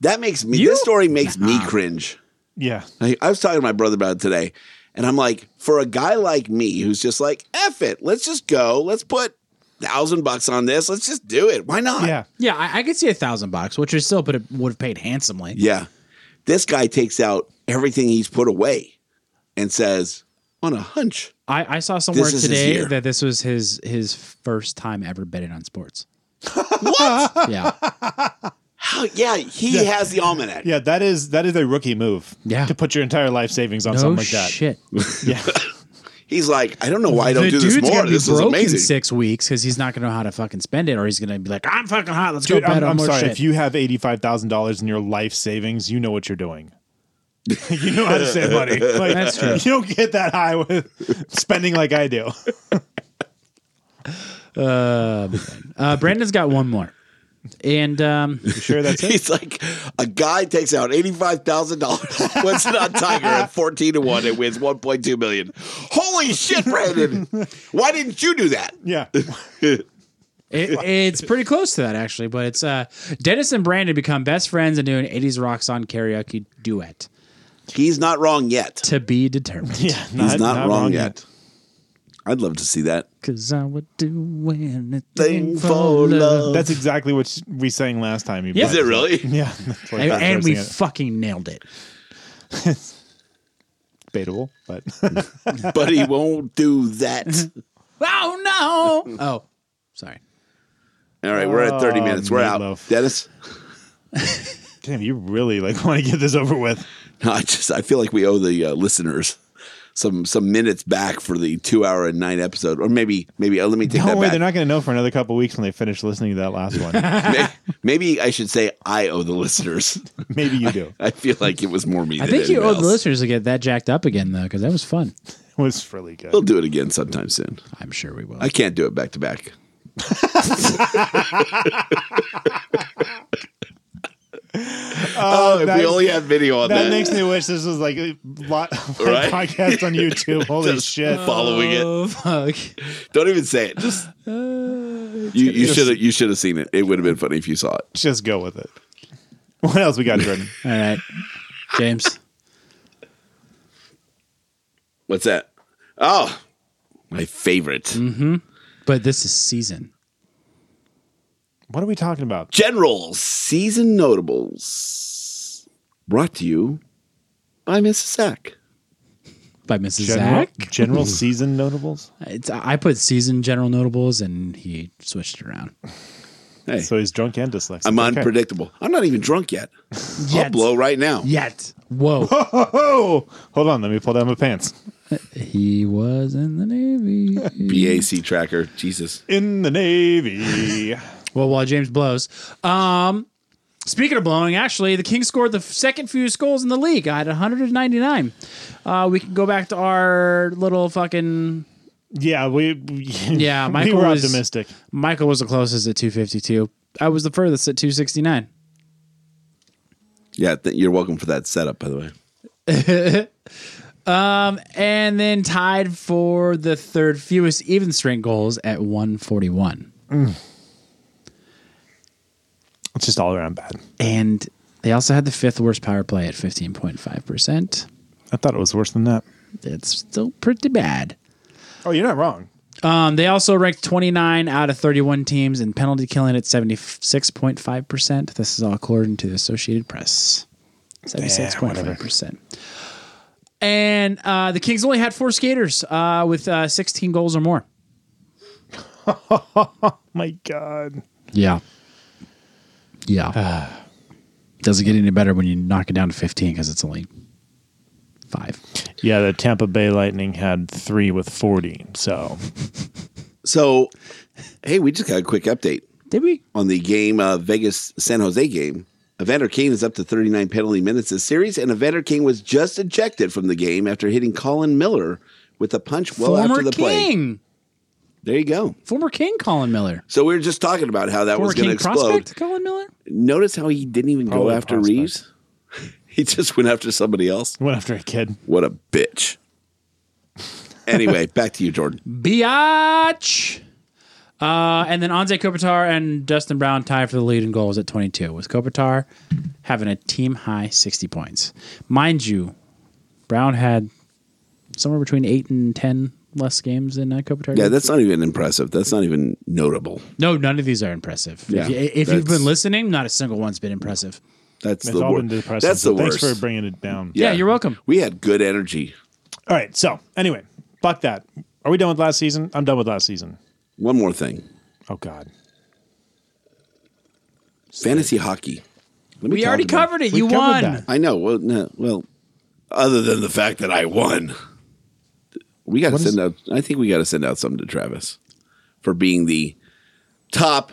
S8: That makes me. This story makes me cringe.
S6: Yeah.
S8: I, I was talking to my brother about it today, and I'm like, for a guy like me who's just like, "F it, let's just go. Let's put thousand bucks on this. Let's just do it. Why not?
S6: Yeah.
S7: yeah, I, I could see a thousand bucks, which is still but it would have paid handsomely.
S8: Yeah. This guy takes out everything he's put away and says, on a hunch.
S7: I, I saw somewhere
S8: is his
S7: today
S8: year.
S7: that this was his his first time ever betting on sports. what? Yeah,
S8: How, Oh, yeah, he has the almanac.
S6: Yeah, that is that is a rookie move.
S7: Yeah.
S6: To put your entire life savings on
S7: no
S6: something like that.
S7: shit.
S6: Yeah.
S8: He's like, I don't know why I don't
S7: the
S8: do
S7: dude's
S8: this more.
S7: gonna be
S8: This is
S7: broke in
S8: amazing.
S7: six weeks because he's not gonna know how to fucking spend it, or he's gonna be like, "I'm fucking hot. Let's
S6: Dude,
S7: go bet
S6: I'm,
S7: on
S6: I'm
S7: more
S6: sorry.
S7: shit."
S6: If you have eighty five thousand dollars in your life savings, you know what you're doing. you know how to save money. Like,
S7: That's true.
S6: You don't get that high with spending like I do.
S7: Uh, man. uh, Brandon's got one more, and um,
S6: Sure, that's it.
S8: He's like a guy takes out eighty five thousand dollars, puts it on Tiger at fourteen to one, and wins one point two million. Holy shit, Brandon! Why didn't you do that?
S6: Yeah.
S7: It, it's pretty close to that actually, but it's uh, Dennis and Brandon become best friends and do an '80s rock song karaoke duet.
S8: He's not wrong yet.
S7: To be determined.
S8: He's not, wrong, yet. I'd love to see that.
S7: Cause I would do anything
S8: Thing
S7: for
S8: for
S7: love.
S8: love.
S6: That's exactly what we sang last time. You
S7: Yeah.
S8: Is it really?
S6: Yeah. That's what I
S7: And,
S6: thought
S7: and
S6: we
S7: we
S6: were singing.
S7: fucking nailed it.
S6: debatable, but
S8: but he won't do that.
S7: Oh no! oh, sorry.
S8: All right, we're at thirty minutes. We're out.
S6: Oh, Meatloaf.
S8: Dennis,
S6: damn, you really like want to get this over with.
S8: no, I just I feel like we owe the uh, listeners some some minutes back for the two hour and nine episode, or maybe maybe uh, let me take
S6: Don't
S8: that
S6: worry,
S8: back.
S6: they're not going to know for another couple weeks when they finish listening to that last one.
S8: May- maybe I should say I owe the listeners.
S6: Maybe you do.
S8: I feel like it was more me.
S7: I
S8: than
S7: think you
S8: anyone
S7: owe the
S8: else.
S7: listeners to get that jacked up again though, because that was fun.
S6: It was really good.
S8: We'll do it again sometime soon.
S7: I'm sure we will.
S8: I can't do it back to back. Oh, if we
S6: that-
S8: only had video on that,
S6: That makes me wish this was like a lot
S8: Right?
S6: podcast on YouTube. Holy
S8: Just
S6: shit.
S8: following it.
S7: Oh fuck!
S8: Don't even say it. Just you, you should have you should have seen it. It would have been funny if you saw it.
S6: Just go with it. What else we got, Jordan?
S7: All right, James.
S8: What's that? Oh, my favorite
S7: But this is season.
S6: what are we talking about?
S8: General Season Notables, brought to you by Mrs. Sack.
S7: by Mrs.
S6: General,
S7: Zach.
S6: general season notables?
S7: It's, I put season general notables and he switched it around.
S8: Hey,
S6: So he's drunk and dyslexic.
S8: I'm
S6: Okay.
S8: unpredictable. I'm not even drunk yet. I'll blow right now.
S7: Yet. Whoa.
S6: Oh, hold on. Let me pull down my pants.
S7: he was in the Navy.
S8: BAC tracker. Jesus.
S6: In the Navy.
S7: well, while James blows. Um, speaking of blowing, actually, the Kings scored the f- second fewest goals in the league at 199. Uh, we can go back to our little fucking.
S6: Yeah, we
S7: Yeah,
S6: we
S7: Michael
S6: were
S7: was-
S6: optimistic.
S7: Michael was the closest at 252. I was the furthest at 269.
S8: Yeah, th- you're welcome for that setup, by the way.
S7: And then tied for the third fewest even strength goals at 141.
S6: It's just all around bad.
S7: And they also had the fifth worst power play at 15.5%.
S6: I thought it was worse than that.
S7: It's still pretty bad.
S6: Oh, you're not wrong.
S7: Um, they also ranked 29 out of 31 teams in penalty killing at 76.5%. This is all according to the Associated Press. 76.5%. And uh, the Kings only had four skaters uh, with uh, 16 goals or more.
S6: My God.
S7: Yeah. Yeah. Doesn't get any better when you knock it down to 15 because it's only five.
S6: Yeah, the Tampa Bay Lightning had three with forty. So
S8: So, hey, we just got a quick update
S7: Did we?
S8: on the game, uh, Vegas San Jose game. Evander Kane is up to 39 penalty minutes this series, and Evander Kane was just ejected from the game after hitting Colin Miller with a punch well after
S7: Former
S8: the play.
S7: King.
S8: There you go.
S7: Former King Colin Miller.
S8: So we were just talking about how that
S7: Former
S8: was going to
S7: King
S8: explode.
S7: prospect Colin Miller?
S8: Notice how he didn't even go
S6: Probably
S8: after
S6: prospect.
S8: Reeves. He just went after somebody else.
S6: went after a kid.
S8: What a bitch. Anyway, back to you, Jordan.
S7: Biatch. Uh, and then Anze Kopitar and Dustin Brown tied for the lead in goals at 22, with Kopitar having a team high 60 points. Mind you, Brown had somewhere between 8 and 10 less games than uh, Kopitar.
S8: Yeah,
S7: did.
S8: that's not even impressive. That's not even notable.
S7: No, none of these are impressive.
S8: Yeah,
S7: if you, if you've
S8: that's-
S7: been listening, not a single one's been impressive.
S8: That's
S6: It's
S8: the
S6: all
S8: worst.
S6: been depressing.
S8: That's
S6: so
S8: the worst.
S6: Thanks for bringing it down.
S7: Yeah, you're welcome.
S8: We had good energy.
S6: All right. So anyway, fuck that. Are we done with last season? I'm done with last season.
S8: One more thing.
S6: Oh God.
S8: Fantasy hockey. Let me
S7: We
S8: talk
S7: already
S8: about it.
S7: covered it.
S6: We
S7: you
S6: covered
S7: won.
S6: that.
S8: I know. Well, no, well, other than the fact that I won, we got to
S6: What is-
S8: send out. I think we got to send out something to Travis for being the top.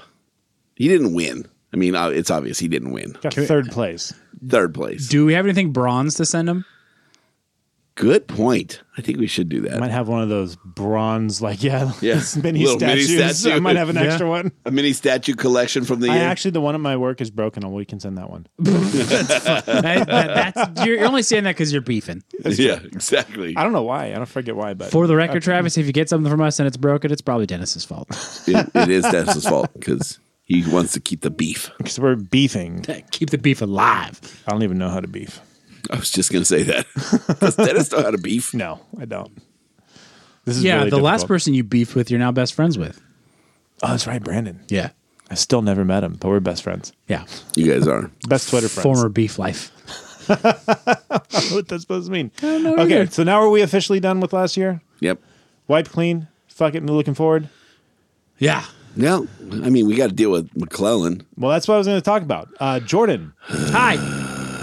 S8: He didn't win. I I mean, uh, it's obvious he didn't win.
S6: Got third place.
S8: Third place.
S7: Do we have anything bronze to send him?
S8: Good point. I think we should do that.
S6: I might have one of those bronze, like yeah,
S8: Uh, Yeah.
S6: mini
S8: Little mini
S6: statues. I
S8: statue.
S6: might have an
S8: Yeah.
S6: extra one.
S8: a mini statue collection from the
S6: I
S8: year.
S6: actually, the one at my work is broken. and We can send that one.
S7: That- that- that's, you're, you're only saying that because you're beefing.
S8: yeah, exactly.
S6: I don't know why. I don't forget why, but
S7: For the record, Travis, if you get something from us and it's broken, it's probably Dennis's fault.
S8: It- it is Dennis's fault because he wants to keep the beef.
S6: because we're beefing,
S7: Keep the beef alive.
S6: I don't even know how to beef.
S8: I was just gonna say that. Does Dennis know how to beef?
S6: No, I don't. This is
S7: Yeah,
S6: really
S7: the last
S6: difficult.
S7: person you beefed with, you're now best friends with.
S6: Oh, that's right, Brandon.
S7: Yeah.
S6: I still never met him, but we're best friends.
S7: Yeah.
S8: You guys are.
S6: Best Twitter friends.
S7: Former beef life.
S6: what that's supposed to mean?
S7: know
S6: okay,
S7: either.
S6: so now are we officially done with last year?
S8: Yep.
S6: Wipe clean. Fuck it. Looking forward.
S7: Yeah.
S8: No, I mean we got to deal with McClellan.
S6: Well, that's what I was going to talk about. Uh, Jordan,
S7: Hi.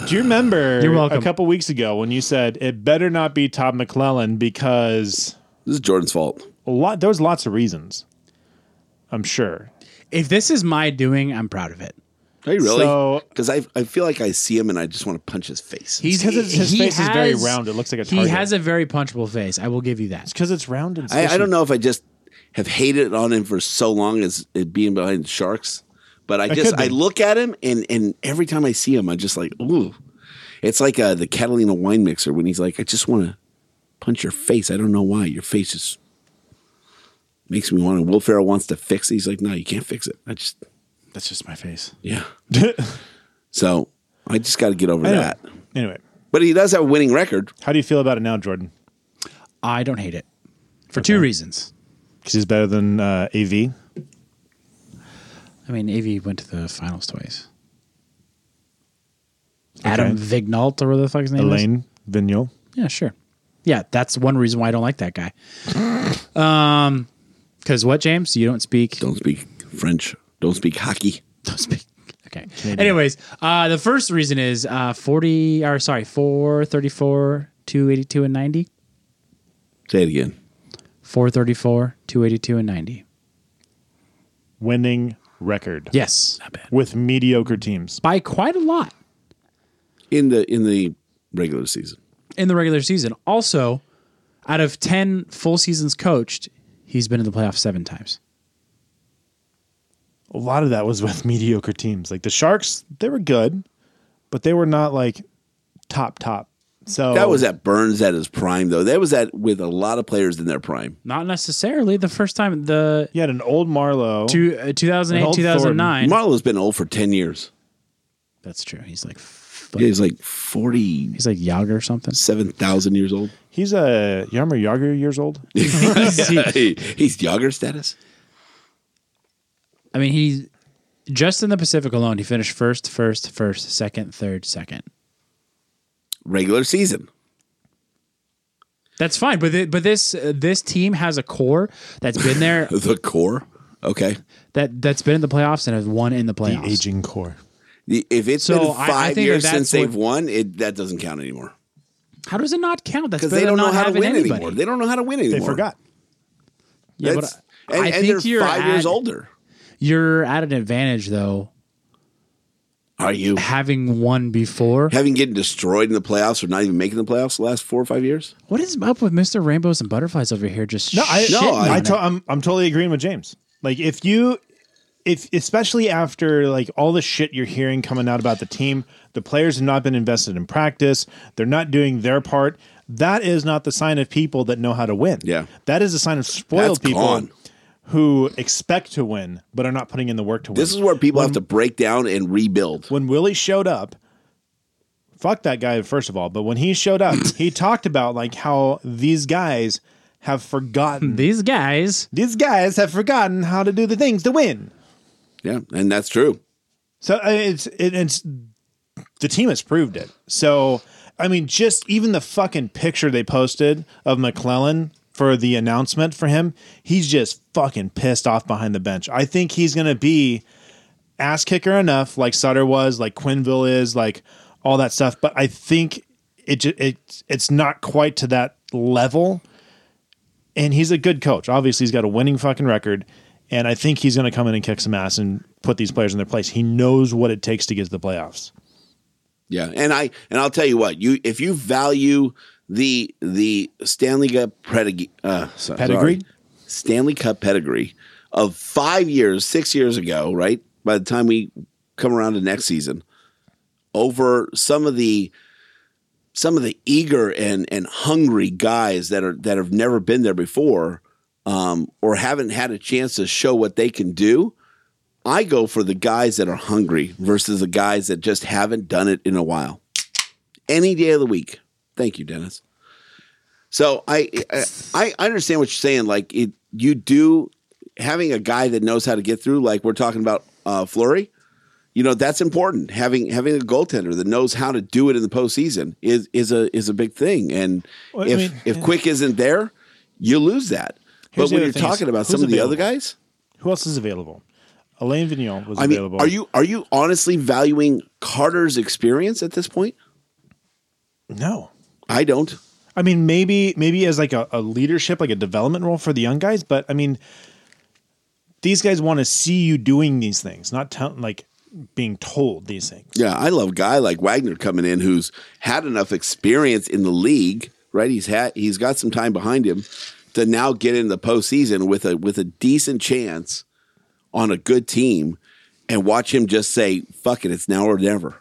S6: do you remember
S7: You're welcome.
S6: a couple weeks ago when you said it better not be Todd McClellan because
S8: This is Jordan's fault.
S6: a lot there was lots of reasons. I'm sure.
S7: If this is my doing, I'm proud of it.
S8: Are you really?
S6: So-
S8: Because I I feel like I see him and I just want to punch his face.
S7: He's
S6: 'cause his- his
S7: he
S6: face is very round. It looks like a
S7: He
S6: target.
S7: has a very punchable face. I will give you that.
S6: It's because it's round and
S8: I, I
S6: squishy.
S8: don't know if I just have hated on him for so long as it being behind sharks, but I just
S6: could be.
S8: I look at him and and every time I see him, I just like ooh, it's like uh, the Catalina wine mixer when he's like, I just want to punch your face. I don't know why your face is makes me want to. Will Ferrell wants to fix it. He's like, no, you can't fix it. I just
S7: That's just my face.
S8: yeah. so I just got to get over
S6: Anyway.
S8: that.
S6: Anyway,
S8: But he does have a winning record.
S6: how do you feel about it now, Jordan?
S7: I don't hate it for two reasons.
S6: Because he's better than uh, AV.
S7: I mean, AV went to the finals twice. Adam Vignault or whatever the fuck his name is.
S6: Elaine Vigneault.
S7: Yeah, sure. Yeah, that's one reason why I don't like that guy. um, because what, James? You don't speak.
S8: Don't speak French. Don't speak hockey.
S7: Don't speak. Okay. Anyways, uh, the first reason is uh, forty or sorry, four thirty four, two eighty two, and ninety.
S8: Say it again.
S7: Four thirty four, two eighty two, and ninety.
S6: Winning record
S7: Yes,
S6: with mediocre teams.
S7: by quite a lot
S8: in the in the regular season.
S7: in the regular season. Also, out of ten full seasons coached, he's been in the playoffs seven times.
S6: a lot of that was with mediocre teams. Like the Sharks, they were good, but they were not like top top. So
S8: That was
S7: Oh.
S8: at Burns at his prime, though. That was at with a lot of players in their prime.
S7: Not necessarily the first time. The
S6: You had an old Marlowe.
S7: two, uh,
S6: And
S7: 2008,
S6: old
S7: 2009.
S8: Marlowe's been old for ten years.
S7: That's true. He's like, f-
S8: Yeah, he's like forty
S7: he's like Yager or something.
S8: seven thousand years old.
S6: He's a Yarmer Yager years old.
S8: Hey, he's Yager status.
S7: I mean, he just in the Pacific alone, he finished first, first, first, second, third, second.
S8: Regular season.
S7: That's fine, but th- but this uh, this team has a core that's been there
S8: The core. Okay.
S7: that that's been in the playoffs and has won in the playoffs.
S6: core.
S8: The- If it's
S7: So
S8: been
S7: I- I
S8: five
S7: think
S8: years
S7: that that's
S8: since they've
S7: what-
S8: won, it that doesn't count anymore.
S7: How does it not count? That's
S8: Because
S7: better
S8: they don't
S7: than
S8: know
S7: not
S8: how to
S7: having
S8: win
S7: anybody.
S8: anymore. They don't know how to win anymore.
S6: They forgot.
S7: Yeah, but
S8: That's- and,
S7: I
S8: and
S7: think
S8: they're
S7: you're
S8: five
S7: at,
S8: years older.
S7: You're at an advantage though,
S8: Are you
S7: having won before.
S8: having getting destroyed in the playoffs or not even making the playoffs the last four or five years?
S7: What is up with Mister Rainbows and Butterflies over here? Just
S6: No, I
S8: No,
S6: no,
S8: I-
S6: I, to, I'm I'm totally agreeing with James. Like if you if especially after like all the shit you're hearing coming out about the team, the players have not been invested in practice, they're not doing their part. That is not the sign of people that know how to win.
S8: Yeah.
S6: That is a sign of spoiled
S8: That's
S6: people
S8: gone.
S6: who expect to win but are not putting in the work to win.
S8: This is where people have to break down and rebuild.
S6: when Willie showed up, fuck that guy first of all, but when he showed up, he talked about like how these guys have forgotten
S7: these guys.
S6: these guys have forgotten how to do the things to win.
S8: Yeah, and that's true.
S6: So I mean, it's it, it's the team has proved it. So I mean, just even the fucking picture they posted of McClellan for the announcement for him, he's just fucking pissed off behind the bench. I think he's gonna be ass kicker enough, like Sutter was, like Quinville is, like all that stuff. But I think it ju- it it's not quite to that level. And he's a good coach. Obviously, he's got a winning fucking record, and I think he's going to come in and kick some ass and put these players in their place. He knows what it takes to get to the playoffs.
S8: Yeah, and I and I'll tell you what you if you value the the Stanley Cup pedigree, uh, so- sorry.
S6: Pedigree?
S8: Stanley Cup pedigree of five years, six years ago, right? By the time we come around to next season, over some of the some of the eager and and hungry guys that are that have never been there before, um, or haven't had a chance to show what they can do. I go for the guys that are hungry versus the guys that just haven't done it in a while. Any day of the week. Thank you, Dennis. So I I, I understand what you're saying. Like it, you do having a guy that knows how to get through. Like we're talking about uh, Flurry. You know that's important. Having having a goaltender that knows how to do it in the postseason is is a is a big thing. And
S6: Well, I
S8: if
S6: mean,
S8: if
S6: yeah.
S8: Quick isn't there, you lose that.
S6: Here's
S8: but when
S6: the other
S8: you're
S6: thing is,
S8: talking about
S6: who's
S8: some of the
S6: available?
S8: other guys,
S6: Who else is available? Elaine Vigneault was
S8: I mean,
S6: available.
S8: are you are you honestly valuing Carter's experience at this point?
S6: No.
S8: I don't.
S6: I mean, maybe maybe as like a, a leadership, like a development role for the young guys. But I mean, these guys want to see you doing these things, not tell like being told these things.
S8: Yeah, I love a guy like Wagner coming in who's had enough experience in the league, right? He's had he's got some time behind him to now get in the postseason with a with a decent chance on a good team and watch him just say, "Fuck it, it's now or never."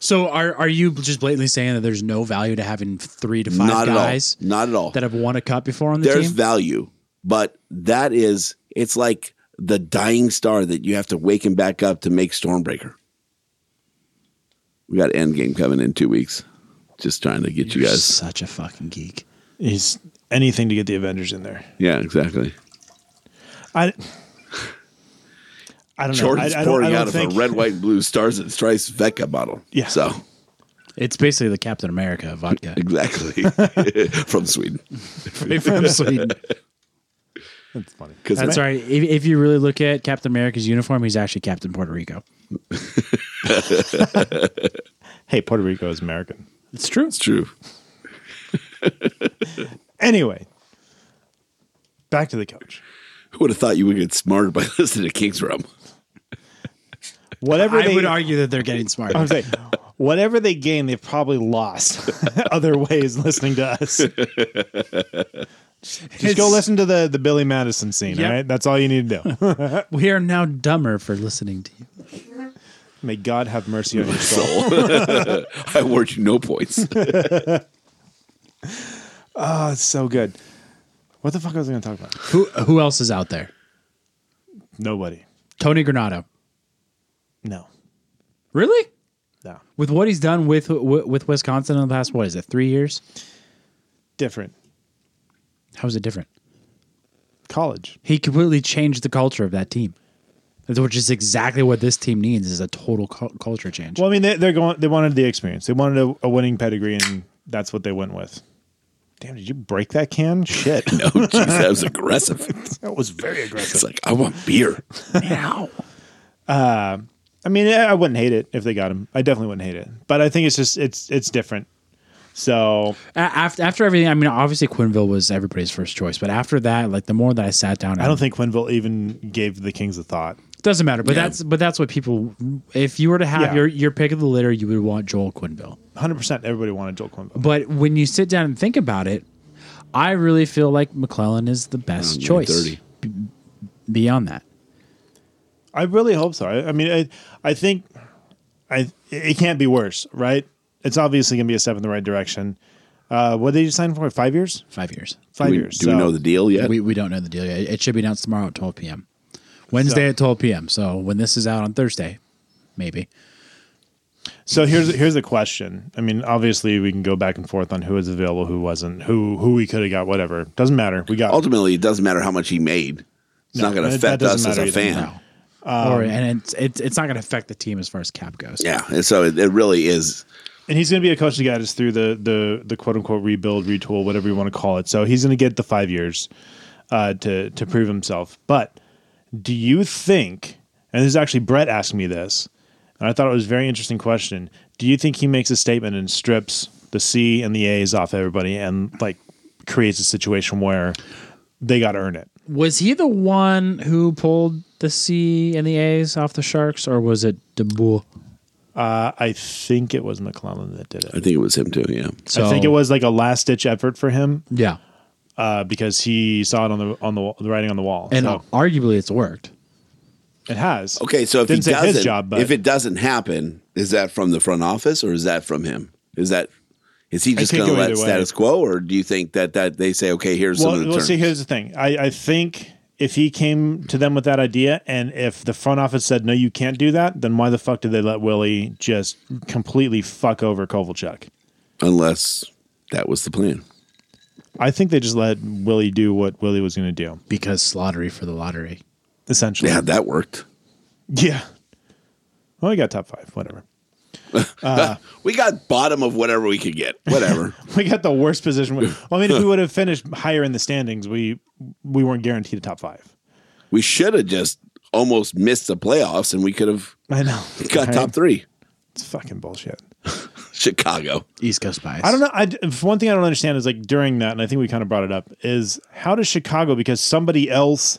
S7: So are are you just blatantly saying that there's no value to having three to five
S8: Not
S7: guys
S8: at all. Not at all.
S7: that have won a cup before on the
S8: There's
S7: team?
S8: value, but that is it's like the dying star that you have to wake him back up to make Stormbreaker. We got Endgame coming in two weeks. Just trying to get you
S7: You're
S8: guys.
S7: such a fucking geek.
S6: Is anything to get the Avengers in there?
S8: Yeah, exactly.
S6: I. I don't know.
S8: Jordan's
S6: I, I don't- I
S8: pouring
S6: don't
S8: out of
S6: think-
S8: a red, white, and blue stars and stripes Vecca bottle.
S6: Yeah.
S8: So
S7: It's basically the Captain America of vodka
S8: exactly from Sweden.
S7: from Sweden.
S6: That's funny.
S8: Because
S7: That's right. If, if you really look at Captain America's uniform, he's actually Captain Puerto Rico.
S6: Hey, Puerto Rico is American.
S7: It's true.
S8: It's true.
S6: Anyway, back to the coach.
S8: Who would have thought you would get smarter by listening to King's Realm?
S6: Whatever
S7: I
S6: they,
S7: would argue that they're getting smart.
S6: I'm saying, whatever they gain, they've probably lost other ways listening to us. Just go listen to the, the Billy Madison scene,
S7: Yep.
S6: all right? That's all you need to do.
S7: We are now dumber for listening to you.
S6: May God have mercy on your soul.
S8: I award you no points.
S6: Oh, it's so good. What the fuck was I going to talk about?
S7: Who who else is out there?
S6: Nobody.
S7: Tony Granado.
S6: No.
S7: Really?
S6: No.
S7: With what he's done with with Wisconsin in the past, what is it? Three years?
S6: Different.
S7: How is it different?
S6: College.
S7: He completely changed the culture of that team, which is exactly what this team needs: is a total cul- culture change.
S6: Well, I mean, they, they're going. They wanted the experience. They wanted a, a winning pedigree, and that's what they went with. Damn! Did you break that can? Shit!
S8: no, jeez, that was aggressive.
S6: that was very aggressive.
S8: It's like I want beer.
S7: Ow.
S6: Uh, I mean, I I wouldn't hate it if they got him. I definitely wouldn't hate it. But I think it's just it's it's different. So
S7: A- After after everything, I mean, obviously Quinville was everybody's first choice, but after that, like the more that I sat down,
S6: I don't think Quinville even gave the Kings a thought.
S7: it doesn't matter. But that's but that's what people. If you were to have
S6: Yeah.
S7: your your pick of the litter, you would want Joel Quinville.
S6: 100. percent Everybody wanted Joel Quinville.
S7: But when you sit down and think about it, I really feel like McClellan is the best
S8: Around
S7: choice.
S8: 9:30.
S7: B- beyond that,
S6: I really hope so. I, I mean, I I think I it can't be worse, right? It's obviously going to be a step in the right direction. Uh, what did you sign for? Five years?
S7: five years.
S6: Five
S8: do we,
S6: years.
S8: do we
S6: So-
S8: know the deal yet?
S6: uh,
S7: We, we don't know the deal yet. It should be announced tomorrow at 12 p.m. Wednesday at 12 p.m. So when this is out on Thursday, maybe.
S6: So here's here's the question. I mean, obviously we can go back and forth on who was available, who wasn't, who who we could have got, whatever. Doesn't matter. We got.
S8: Ultimately, it doesn't matter how much he made. It's not going to
S6: that- that
S8: affect us
S6: doesn't
S8: as a
S6: matter either.
S8: fan.
S7: No. Um, or, and it's, it's, it's not going to affect the team as far as cap goes.
S8: Yeah, and so it, it really is.
S6: And he's going to be a coach to guide us through the the the quote unquote rebuild, retool, whatever you want to call it. So he's going to get the five years uh, to to prove himself. But do you think? And this is actually Brett asked me this, and I thought it was a very interesting question. Do you think he makes a statement and strips the C and the A's off everybody and like creates a situation where they got to earn it?
S7: Was he the one who pulled the C and the A's off the Sharks, or was it Dembour?
S6: Uh, I think it was McClellan that did it.
S8: I think it was him too. Yeah.
S6: I think it was like a last ditch effort for him
S7: Yeah,
S6: uh, because he saw it on the on the, the writing on the wall.
S7: and
S6: so
S7: arguably it's worked.
S6: it has.
S8: Okay, so if
S6: Didn't
S8: he
S6: say
S8: doesn't,
S6: his job, but
S8: if it doesn't happen, is that from the front office or is that from him? Is that is he just
S6: could
S8: going to
S6: go
S8: let
S6: either way.
S8: status quo, or do you think that that they say, okay, here's
S6: well,
S8: some of the
S6: well,
S8: terms?
S6: see, here's the thing. I, I think if he came to them with that idea, and if the front office said no, you can't do that, then why the fuck did they let Willie just completely fuck over Kovalchuk?
S8: Unless that was the plan.
S6: I think they just let Willie do what Willie was going to do,
S7: because lottery for the lottery.
S6: essentially.
S8: Yeah, that worked.
S6: Yeah. Well, we got top five. Whatever. Uh,
S8: We got bottom of whatever we could get. Whatever.
S6: We got the worst position. we- Well, I mean, if we would have finished higher in the standings, we we weren't guaranteed a top five.
S8: we should have just almost missed the playoffs, and we could have
S6: I know.
S8: got
S6: Right?
S8: top three.
S6: It's fucking bullshit.
S8: Chicago.
S7: East Coast bias.
S6: I don't know. I, if one thing I don't understand is like during that, and I think we kind of brought it up, is how does Chicago, because somebody else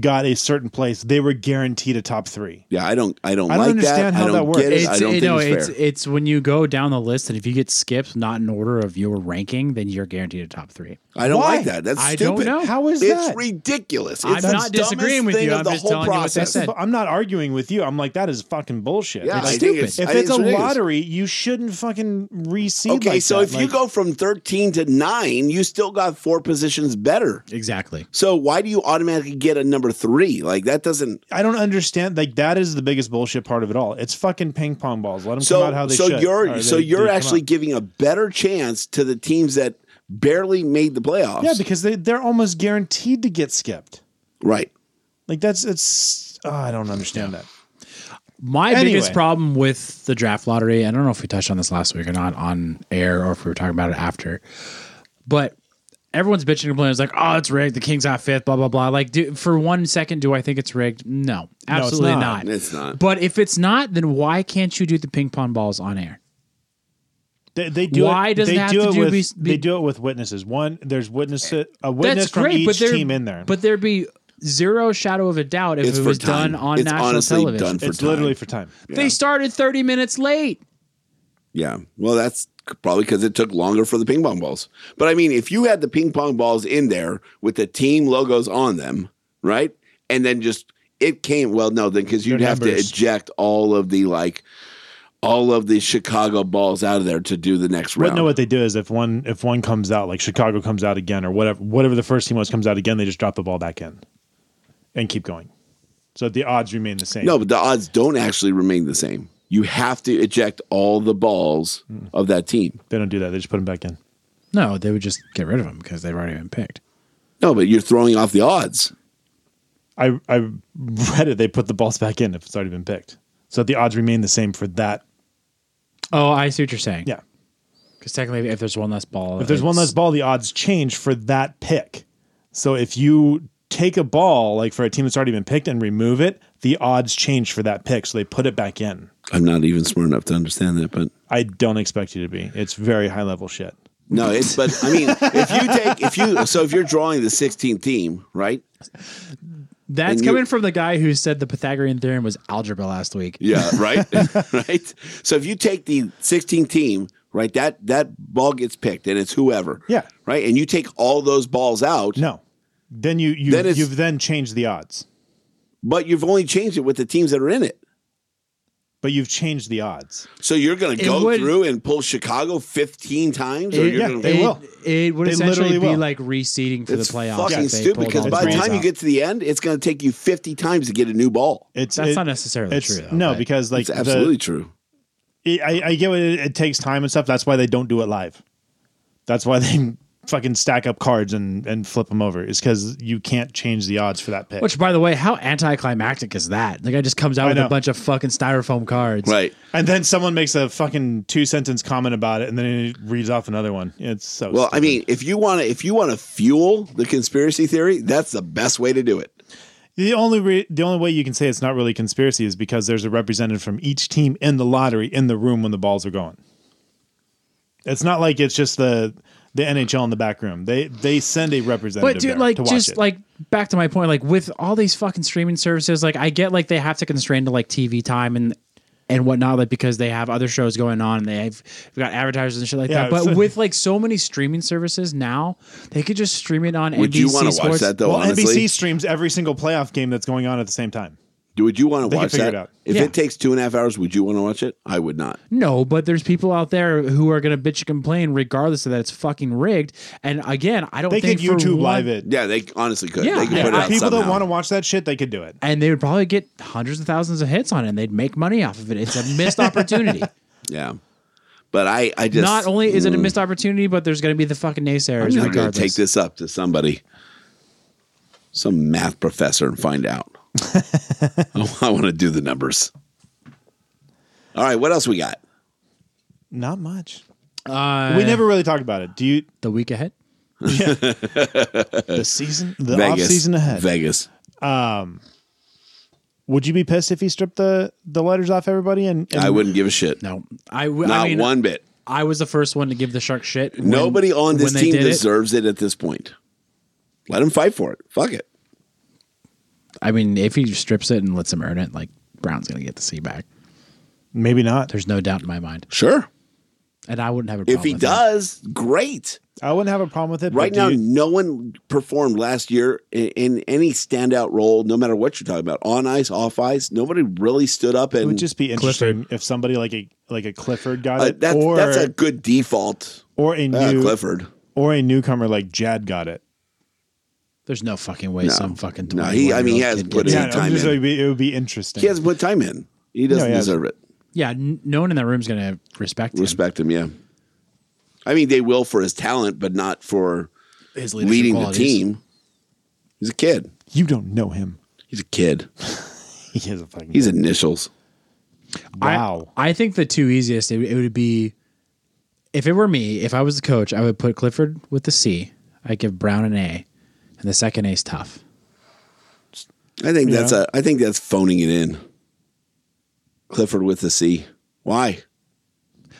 S6: got a certain place, they were guaranteed a top three.
S8: Yeah, I don't. I don't.
S6: I don't
S8: like that.
S6: understand how
S8: I don't
S6: that works.
S8: Get it.
S7: It's,
S8: I don't
S7: you
S8: think
S7: know,
S8: it's,
S7: it's,
S8: fair.
S7: it's when you go down the list, and if you get skipped not in order of your ranking, then you're guaranteed a top three.
S8: I don't
S6: Why?
S8: like that. That's
S7: I don't
S8: stupid.
S7: know.
S6: How is
S8: it's
S6: that?
S8: ridiculous. It's
S7: I'm
S8: the
S7: not disagreeing
S8: dumbest
S7: with
S8: thing
S7: you.
S8: of
S7: I'm
S8: the
S7: just
S8: whole
S7: telling you what they
S8: process.
S7: said.
S6: But I'm not arguing with you. I'm like, that is fucking bullshit.
S8: Yeah,
S6: Like,
S8: I think
S7: stupid.
S8: it's- I
S6: if
S8: think
S6: it's a
S8: ridiculous.
S6: lottery, you shouldn't fucking reseed.
S8: Okay,
S6: like
S8: so
S6: that.
S8: if you
S6: Like,
S8: go from 13 to 9, you still got four positions better.
S7: Exactly.
S8: So why do you automatically get a number 3? Like that doesn't
S6: I don't understand. Like that is the biggest bullshit part of it all. It's fucking ping pong balls. Let them come
S8: So
S6: out how they
S8: so
S6: should.
S8: you're
S6: or
S8: so
S6: they-
S8: you're
S6: they come
S8: actually
S6: out.
S8: giving a better chance to the teams that barely made the playoffs.
S6: yeah because they they're almost guaranteed to get skipped.
S8: right.
S6: Like that's it's oh, I don't understand that.
S7: My
S6: Anyway.
S7: biggest problem with the draft lottery, I don't know if we touched on this last week or not on air or if we were talking about it after, but everyone's bitching and complaining. It's like, oh, it's rigged. The Kings got fifth, blah, blah, blah. Like, do, for one second, do I think it's rigged? No, absolutely
S6: not.
S7: not.
S8: It's not.
S7: But if it's not, then why can't you do the ping pong balls on air?
S6: They, they do
S7: Why
S6: it,
S7: does it
S6: they
S7: have
S6: do
S7: to
S6: it
S7: do
S6: with
S7: be- be-
S6: they do it with witnesses. One there's witness a witness from each
S7: there-
S6: team in there.
S7: But there'd be zero shadow of a doubt if
S8: It's
S7: it
S8: for
S7: was
S8: time.
S7: done on
S8: it's
S7: national
S8: honestly
S7: television.
S8: done for
S6: it's
S8: time.
S6: literally for time.
S7: They started 30 minutes late.
S8: Yeah. Well, that's c- probably because it took longer for the ping pong balls. But I mean, if you had the ping pong balls in there with the team logos on them, right? And then just it came, well, no, then because you'd
S6: Their
S8: have to
S6: numbers.
S8: eject all of the like, all of the Chicago balls out of there to do the next
S6: But
S8: round.
S6: no, what they do is if one if one comes out, like Chicago comes out again, or whatever whatever the first team was comes out again, they just drop the ball back in, and keep going. So the odds remain the same.
S8: no, but the odds don't actually remain the same. You have to eject all the balls
S6: Hmm.
S8: of that team.
S6: they don't do that. They just put them back in.
S7: No, they would just get rid of them because they've already been picked.
S8: No, but you're throwing off the odds.
S6: I I read it. They put the balls back in if it's already been picked. So the odds remain the same for that.
S7: Oh, I see what you're saying.
S6: Yeah.
S7: Because technically, if there's one less ball,
S6: If there's one
S7: it's-
S6: less ball, the odds change for that pick. So if you take a ball, like for a team that's already been picked, and remove it, the odds change for that pick. So they put it back in.
S8: I'm not even smart enough to understand that, but
S6: I don't expect you to be. It's very high level shit.
S8: No, it's but I mean, if you take if you so if you're drawing the 16th team, right?
S7: That's
S8: and you-
S7: coming from the guy who said the Pythagorean theorem was algebra last week.
S8: Yeah, right, right. So if you take the 16th team, right, that that ball gets picked and it's whoever,
S6: Yeah.
S8: right, and you take all those balls out,
S6: No, then you you
S8: Then it's-
S6: you've then changed the odds,
S8: but you've only changed it with the teams that are in it.
S6: but you've changed the odds.
S8: So you're going to
S7: It
S8: go
S7: would-
S8: through and pull Chicago 15 times, or
S7: It-
S8: you're
S6: yeah,
S8: going
S6: they
S7: it,
S6: will.
S7: It would
S6: They
S7: essentially
S6: literally
S7: be
S6: will.
S7: like reseeding for
S8: It's
S7: the playoffs.
S8: fucking
S7: if they
S8: stupid
S7: pulled
S8: because
S7: all
S8: by the
S7: balls
S8: time you
S7: out.
S8: get to the end, it's going to take you 50 times to get a new ball.
S6: It's
S7: That's
S6: it-
S7: not necessarily
S6: it's-
S7: true, though,
S6: no,
S7: right?
S6: because like
S8: It's absolutely
S6: the,
S8: true.
S6: it, I, I get what it, it takes time and stuff. That's why they don't do it live. That's why they fucking stack up cards and and flip them over. Is because you can't change the odds for that pick.
S7: Which, by the way, how anticlimactic is that? The guy just comes out
S6: I
S7: with
S6: know.
S7: a bunch of fucking styrofoam cards.
S8: Right.
S6: and then someone makes a fucking two sentence comment about it, and then he reads off another one. It's so
S8: Well, I
S6: stupid.
S8: mean, if you want to if you want to fuel the conspiracy theory, that's the best way to do it.
S6: The only re- the only way you can say it's not really conspiracy is because there's a representative from each team in the lottery in the room when the balls are going. It's not like it's just the the NHL in the back room. They they send a representative
S7: But dude,
S6: there
S7: like
S6: to watch
S7: just
S6: it.
S7: like back to my point, like with all these fucking streaming services, like I get like they have to constrain to like TV time and and whatnot, like because they have other shows going on and they've they've got advertisers and shit like
S6: Yeah,
S7: that. But
S6: it's-
S7: with like so many streaming services now, they could just stream it on.
S8: Would
S7: NBC
S8: you want to watch
S7: Sports.
S8: that though?
S6: well,
S8: honestly,
S6: NBC streams every single playoff game that's going on at the same time.
S8: Do- would you want to
S6: They can
S8: watch
S6: figure
S8: that?
S6: it out.
S8: If
S7: Yeah.
S8: it takes two and a half hours, would you want to watch it? I would not.
S7: No, but there's people out there who are gonna bitch and complain regardless of that it's fucking rigged. And again, I don't
S6: They could
S7: think for
S6: YouTube
S7: one-
S6: live it.
S8: Yeah, they honestly could.
S7: Yeah,
S8: they could
S7: yeah.
S8: put it
S6: If
S8: out
S6: people that
S8: somehow.
S6: want to watch that shit, they could do it.
S7: and they would probably get hundreds of thousands of hits on it and they'd make money off of it. It's a missed opportunity.
S8: Yeah, but I, I just
S7: Not only is it a missed opportunity, but there's going to be the fucking naysayers.
S8: Mm. I'm not going
S7: regardless.
S8: to take this up to somebody, some math professor, and find out. I, want to do the numbers. All right, what else we got?
S6: Not much.
S7: Uh,
S6: we never really talked about it. Do you?
S7: the week ahead.
S6: The season, the off
S8: Uh, Vegas
S6: season ahead.
S8: Vegas.
S6: Um, Would you be pissed if he stripped the the letters off everybody? And, and
S8: I wouldn't give a shit.
S7: No, I, w-
S8: not
S7: I mean,
S8: one bit.
S7: I was the first one to give the shark shit. when-
S8: Nobody on this
S7: when they
S8: team
S7: did it.
S8: deserves it. at this point. Let him fight for it. Fuck it.
S7: I mean, if he strips it and lets him earn it, like Brown's going to get the C back.
S6: maybe not.
S7: There's no doubt in my mind,
S8: Sure.
S7: and I wouldn't have a problem.
S8: If he
S7: with that.
S8: does, great.
S6: I wouldn't have a problem with it.
S8: Right
S6: but do
S8: now,
S6: you-
S8: no one performed last year in, in any standout role, no matter what you're talking about, on ice, off ice. Nobody really stood up
S6: it
S8: and
S6: would just be interesting if somebody like a like a Clifford got
S8: Uh,
S6: it,
S8: that's,
S6: or
S8: that's a good default.
S6: or a
S8: Uh,
S6: new
S8: Clifford.
S6: or a newcomer like Jad got it.
S7: there's no fucking way some fucking
S8: No, he- I mean, he
S7: 21-year-old
S8: has
S7: kid
S8: put
S7: gets
S8: in
S7: it.
S8: time
S6: I'm just- it would be, it would be interesting.
S8: He hasn't put time in. He doesn't
S6: he hasn't.
S8: deserve it.
S7: Yeah, n- no one in that room's going to respect him.
S8: Respect him, yeah. I mean, they will for his talent, but not for
S7: his leadership
S8: leading
S7: qualities.
S8: the team. He's a kid.
S6: you don't know him.
S8: He's a kid.
S6: He is a fucking.
S8: He's initials.
S7: I-
S6: wow.
S7: I, think the two easiest it, it would be if it were me, if I was the coach, I would put Clifford with the C. I give Brown an A, and the second A's tough.
S8: I think that's
S6: Yeah.
S8: a. I think that's phoning it in. Clifford with the C. Why?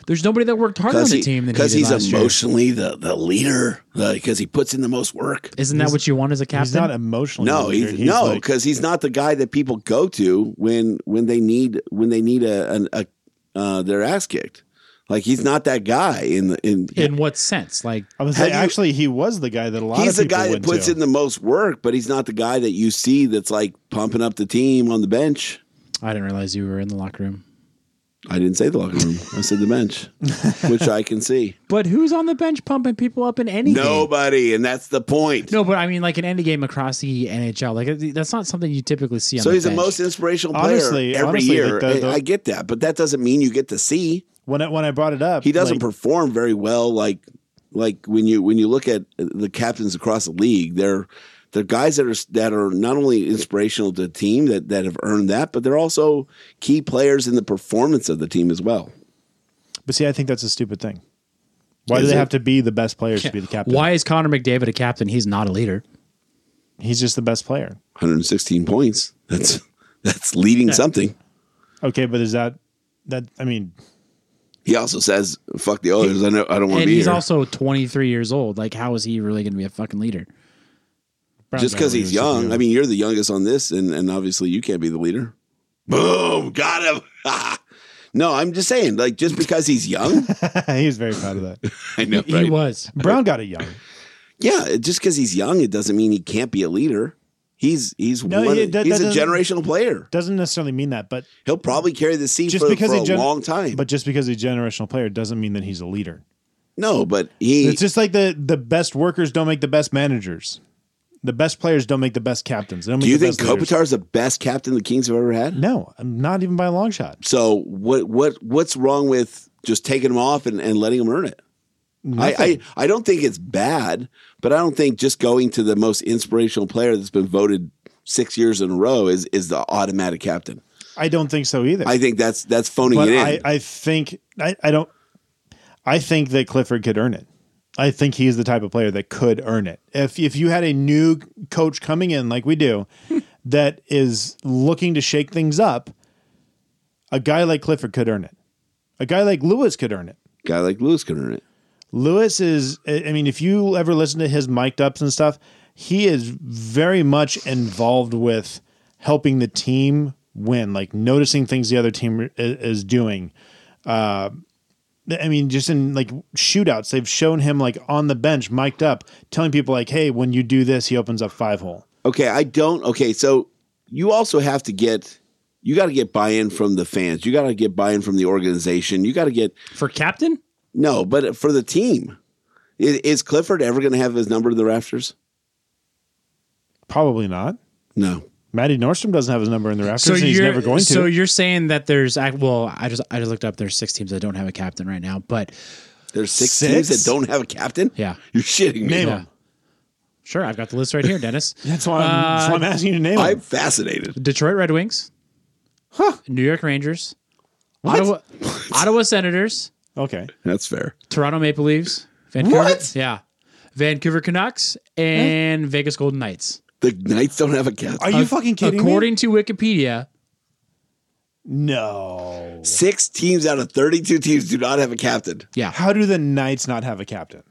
S7: There's nobody that worked harder on the
S8: he-
S7: team than he
S8: 'cause
S7: did
S8: he's
S7: last year.
S8: emotionally the the leader. Because he puts in the most work.
S7: Isn't that what you want as a captain?
S6: He's not emotionally.
S8: No,
S6: he's,
S8: he's, no,
S6: like-
S8: because he's not the guy that people go to when when they need when they need a, an a uh, their ass kicked. Like he's not that guy in the in.
S7: in what sense? Like
S6: I was
S8: Have
S6: like,
S8: you-
S6: actually, he was the guy that a lot
S8: he's
S6: of
S8: the
S6: people
S8: guy that
S6: went
S8: puts
S6: to.
S8: in the most work, but he's not the guy that you see that's like pumping up the team on the bench.
S7: I didn't realize you were in the locker room.
S8: I didn't say the locker room. I said the bench, which I can see.
S7: But who's on the bench pumping people up in any game?
S8: Nobody, and that's the point.
S7: No, but I mean, like in any game across the NHL, like it- that's not something you typically see. on
S8: So
S7: the
S8: he's the
S7: bench.
S8: most inspirational player
S6: Honestly-
S8: every
S6: honestly,
S8: year.
S6: like, the- the-
S8: I, I get that, but that doesn't mean you get to see.
S6: when I, when I brought it up.
S8: He doesn't
S6: like,
S8: perform very well. Like like when you when you look at the captains across the league, they're they're guys that are that are not only inspirational to the team that that have earned that, but they're also key players in the performance of the team as well.
S6: But see, I think that's a stupid thing. Why do
S8: Is
S6: they
S8: it?
S6: have to be the best players to be the captain?
S7: Why is Connor McDavid a captain? He's not a leader.
S6: He's just the best player.
S8: 116 points. That's that's leading something.
S6: Okay, but is that that? I mean,
S8: He also says, "Fuck the others. I know I don't want to
S7: and
S8: be
S7: he's
S8: here."
S7: also 23 years old. Like, how is he really going to be a fucking leader?
S6: Brown's
S8: just
S6: not
S8: because
S6: really
S8: he's
S6: a super
S8: young.
S6: hero.
S8: I mean, you're the youngest on this, and, and obviously you can't be the leader. Boom, got him. no, I'm just saying, like, just because he's young,
S6: he was very proud of that.
S8: I know,
S7: He
S8: right?
S7: was.
S6: Brown got it young.
S8: yeah, it- just because he's young, it doesn't mean he can't be a leader. He's he's
S6: No,
S8: one,
S6: yeah, that-
S8: he's
S6: that
S8: a
S6: doesn't-
S8: generational player.
S6: Doesn't necessarily mean that, but
S8: He'll probably carry the seat
S6: just
S8: for,
S6: because
S8: for
S6: he
S8: a
S6: gen-
S8: long time.
S6: But just because he's a generational player doesn't mean that he's a leader.
S8: no, but he
S6: It's just like the the best workers don't make the best managers. The best players don't make the best captains. They don't
S8: do
S6: make
S8: you
S6: the
S8: think
S6: best leaders.
S8: Kopitar's the best captain the Kings have ever had?
S6: No, not even by a long shot.
S8: So what what what's wrong with just taking him off and, and letting him earn it? I, I I don't think it's bad, but I don't think just going to the most inspirational player that's been voted six years in a row is is the automatic captain.
S6: I don't think so either.
S8: I think that's that's phoning
S6: but
S8: it in.
S6: I, I think I, I don't I think that Clifford could earn it. I think he's the type of player that could earn it. If if you had a new coach coming in like we do that is looking to shake things up, a guy like Clifford could earn it. A guy like Lewis could earn it.
S8: Guy like Lewis could earn it.
S6: Lewis is, I I mean, if you ever listen to his mic'd ups and stuff, he is very much involved with helping the team win, like noticing things the other team i- is doing. Uh, I mean, just in like shootouts, they've shown him like on the bench, mic'd up, telling people like, "Hey, when you do this, he opens up five hole."
S8: Okay, I don't. Okay, so you also have to get you got to get buy-in from the fans. You got to get buy-in from the organization. You got to get
S7: For captain?
S8: no, but for the team, is, is Clifford ever going to have his number in the rafters?
S6: Probably not.
S8: No.
S6: Maddie Nordstrom doesn't have his number in the rafters, and he's
S7: you're-
S6: never going to.
S7: So you're saying that there's act- well, I just I just looked up. There's six teams that don't have a captain right now, but
S8: There's six,
S6: Six?
S8: teams that don't have a captain.
S7: Yeah.
S8: you're shitting me.
S6: Name
S7: yeah.
S6: 'em.
S7: Sure, I've got the list right here, Dennis. Uh,
S6: That's why I'm, that's why I'm asking you to name
S8: I'm
S6: him.
S8: fascinated.
S7: Detroit Red Wings, huh? New York Rangers, Ottawa, Ottawa Senators,
S6: Okay.
S8: That's fair.
S7: Toronto Maple Leafs, Vancouver, yeah, Vancouver Canucks, and Vegas Golden Knights.
S8: The Knights don't have a captain.
S6: Are you fucking kidding
S7: According to Wikipedia,
S6: me? No.
S8: Six teams out of 32 teams do not have a captain.
S7: yeah,
S6: How do the Knights not have a captain?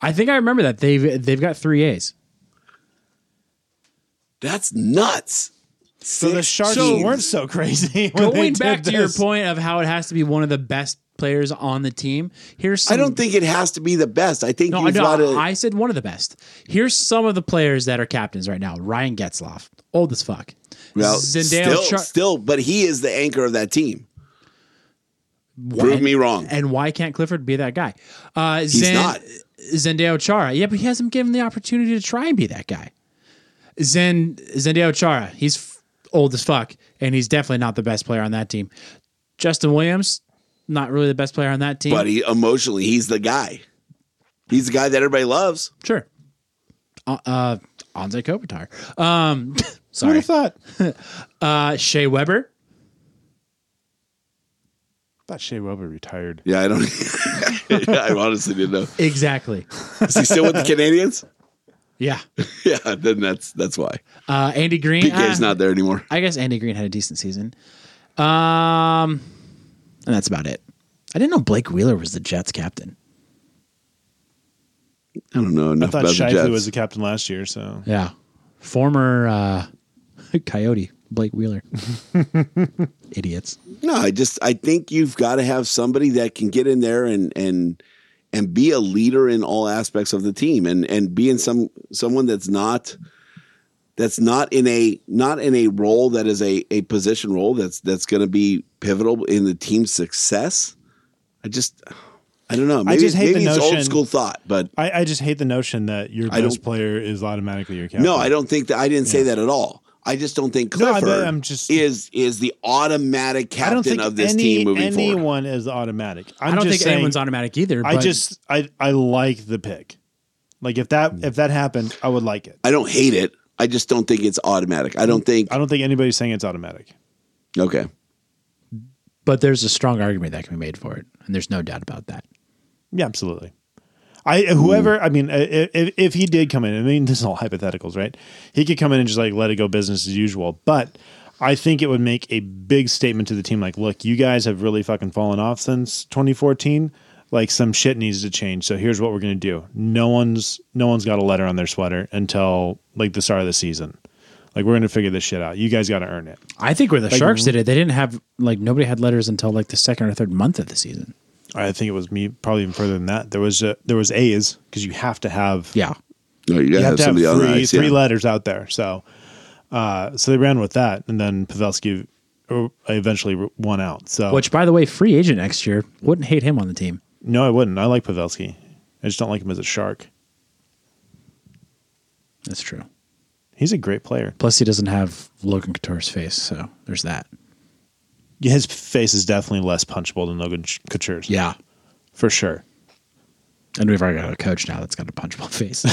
S7: I think I remember that they've they've got three A's.
S8: That's nuts.
S6: So the Sharks
S5: So-
S6: weren't so crazy. when they
S7: Going
S6: did
S7: back to your
S6: this.
S7: point of how it has to be one of the best players on the team, here's some,
S8: I don't think it has to be the best. I think
S7: No, I-
S8: you've
S7: no,
S8: got to.
S7: I said one of the best. Here's some of the players that are captains right now. Ryan Getzloff, old as fuck.
S8: well,
S7: Zdeno
S8: still,
S7: Char-
S8: still, but he is the anchor of that team. Prove me wrong.
S7: And why can't Clifford be that guy? Uh, He's
S8: not.
S7: Zendaya Chara. Yeah, but he hasn't given the opportunity to try and be that guy. Zen Zendaya Chara. He's f- old as fuck, and he's definitely not the best player on that team. Justin Williams, not really the best player on that team.
S8: But he, emotionally, he's the guy. He's the guy that everybody loves.
S7: Sure. Uh, uh, Anze Kopitar. Um,
S6: Who would
S7: sorry.
S6: have thought? I
S7: Uh, Shea Weber.
S6: thought Shea Weber retired.
S8: Yeah, I don't. I honestly didn't know.
S7: Exactly.
S8: Is he still with the Canadians?
S7: Yeah.
S8: Yeah, then that's that's why
S7: Uh, Andy Green.
S8: PK's
S7: uh,
S8: not there anymore.
S7: I guess Andy Green had a decent season. Um, and that's about it. I didn't know Blake Wheeler was the Jets captain.
S8: I don't know enough
S6: I thought
S8: about the
S6: Shifley
S8: Jets.
S6: was the captain last year, so
S7: Yeah. Former uh, Coyote, Blake Wheeler. Idiots.
S8: No, I just I think you've got to have somebody that can get in there and and and be a leader in all aspects of the team and and being some someone that's not that's not in a not in a role that is a a position role that's that's going to be pivotal in the team's success. I just I don't know. Maybe,
S6: just hate the
S8: maybe it's
S6: notion-
S8: old school thought, but
S6: I, I just hate the notion that your
S8: I
S6: best
S8: don't-
S6: player is automatically your captain.
S8: no, I don't think that. I didn't say that at all. I just don't think
S6: No, I-
S8: Clifford
S6: I'm just-
S8: is is the automatic
S6: I don't
S8: captain
S6: think
S8: of this
S6: any,
S8: team moving forward.
S6: anyone is automatic. I'm
S7: I don't
S6: just
S7: think
S6: saying,
S7: anyone's automatic either.
S6: I
S7: but
S6: just I I like the pick. Like if that if that happened, I would like it.
S8: I don't hate it. I just don't think it's automatic. I don't think.
S6: I don't think anybody's saying it's automatic.
S8: Okay.
S7: but there's a strong argument that can be made for it, and there's no doubt about that.
S6: Yeah, absolutely. I whoever I mean, i- if, if he did come in, I mean, this is all hypotheticals, right? He could come in and just like let it go business as usual. But I think it would make a big statement to the team, like, look, you guys have really fucking fallen off since 2014. Like some shit needs to change. So here's what we're gonna do. No one's no one's got a letter on their sweater until like the start of the season. Like we're gonna figure this shit out. You guys got to earn it.
S7: I think where the Sharks did it, they didn't have like nobody had letters until like the second or third month of the season.
S6: I think it was me probably even further than that. There was a, there was A's because you have to have
S7: Yeah.
S8: No, you gotta
S6: you have
S8: have,
S6: to have
S8: somebody
S6: three,
S8: on the ice.
S6: three
S8: yeah.
S6: letters out there. So, uh, so they ran with that, and then Pavelski uh, eventually won out. So,
S7: Which, by the way, free agent next year wouldn't hate him on the team.
S6: no, I wouldn't. I like Pavelski. I just don't like him as a shark.
S7: That's true.
S6: He's a great player.
S7: Plus, he doesn't have Logan Couture's face, so there's that.
S6: Yeah, His face is definitely less punchable than Logan Ch- Couture's.
S7: Yeah,
S6: for sure.
S7: and we've already got a coach now that's got a punchable face.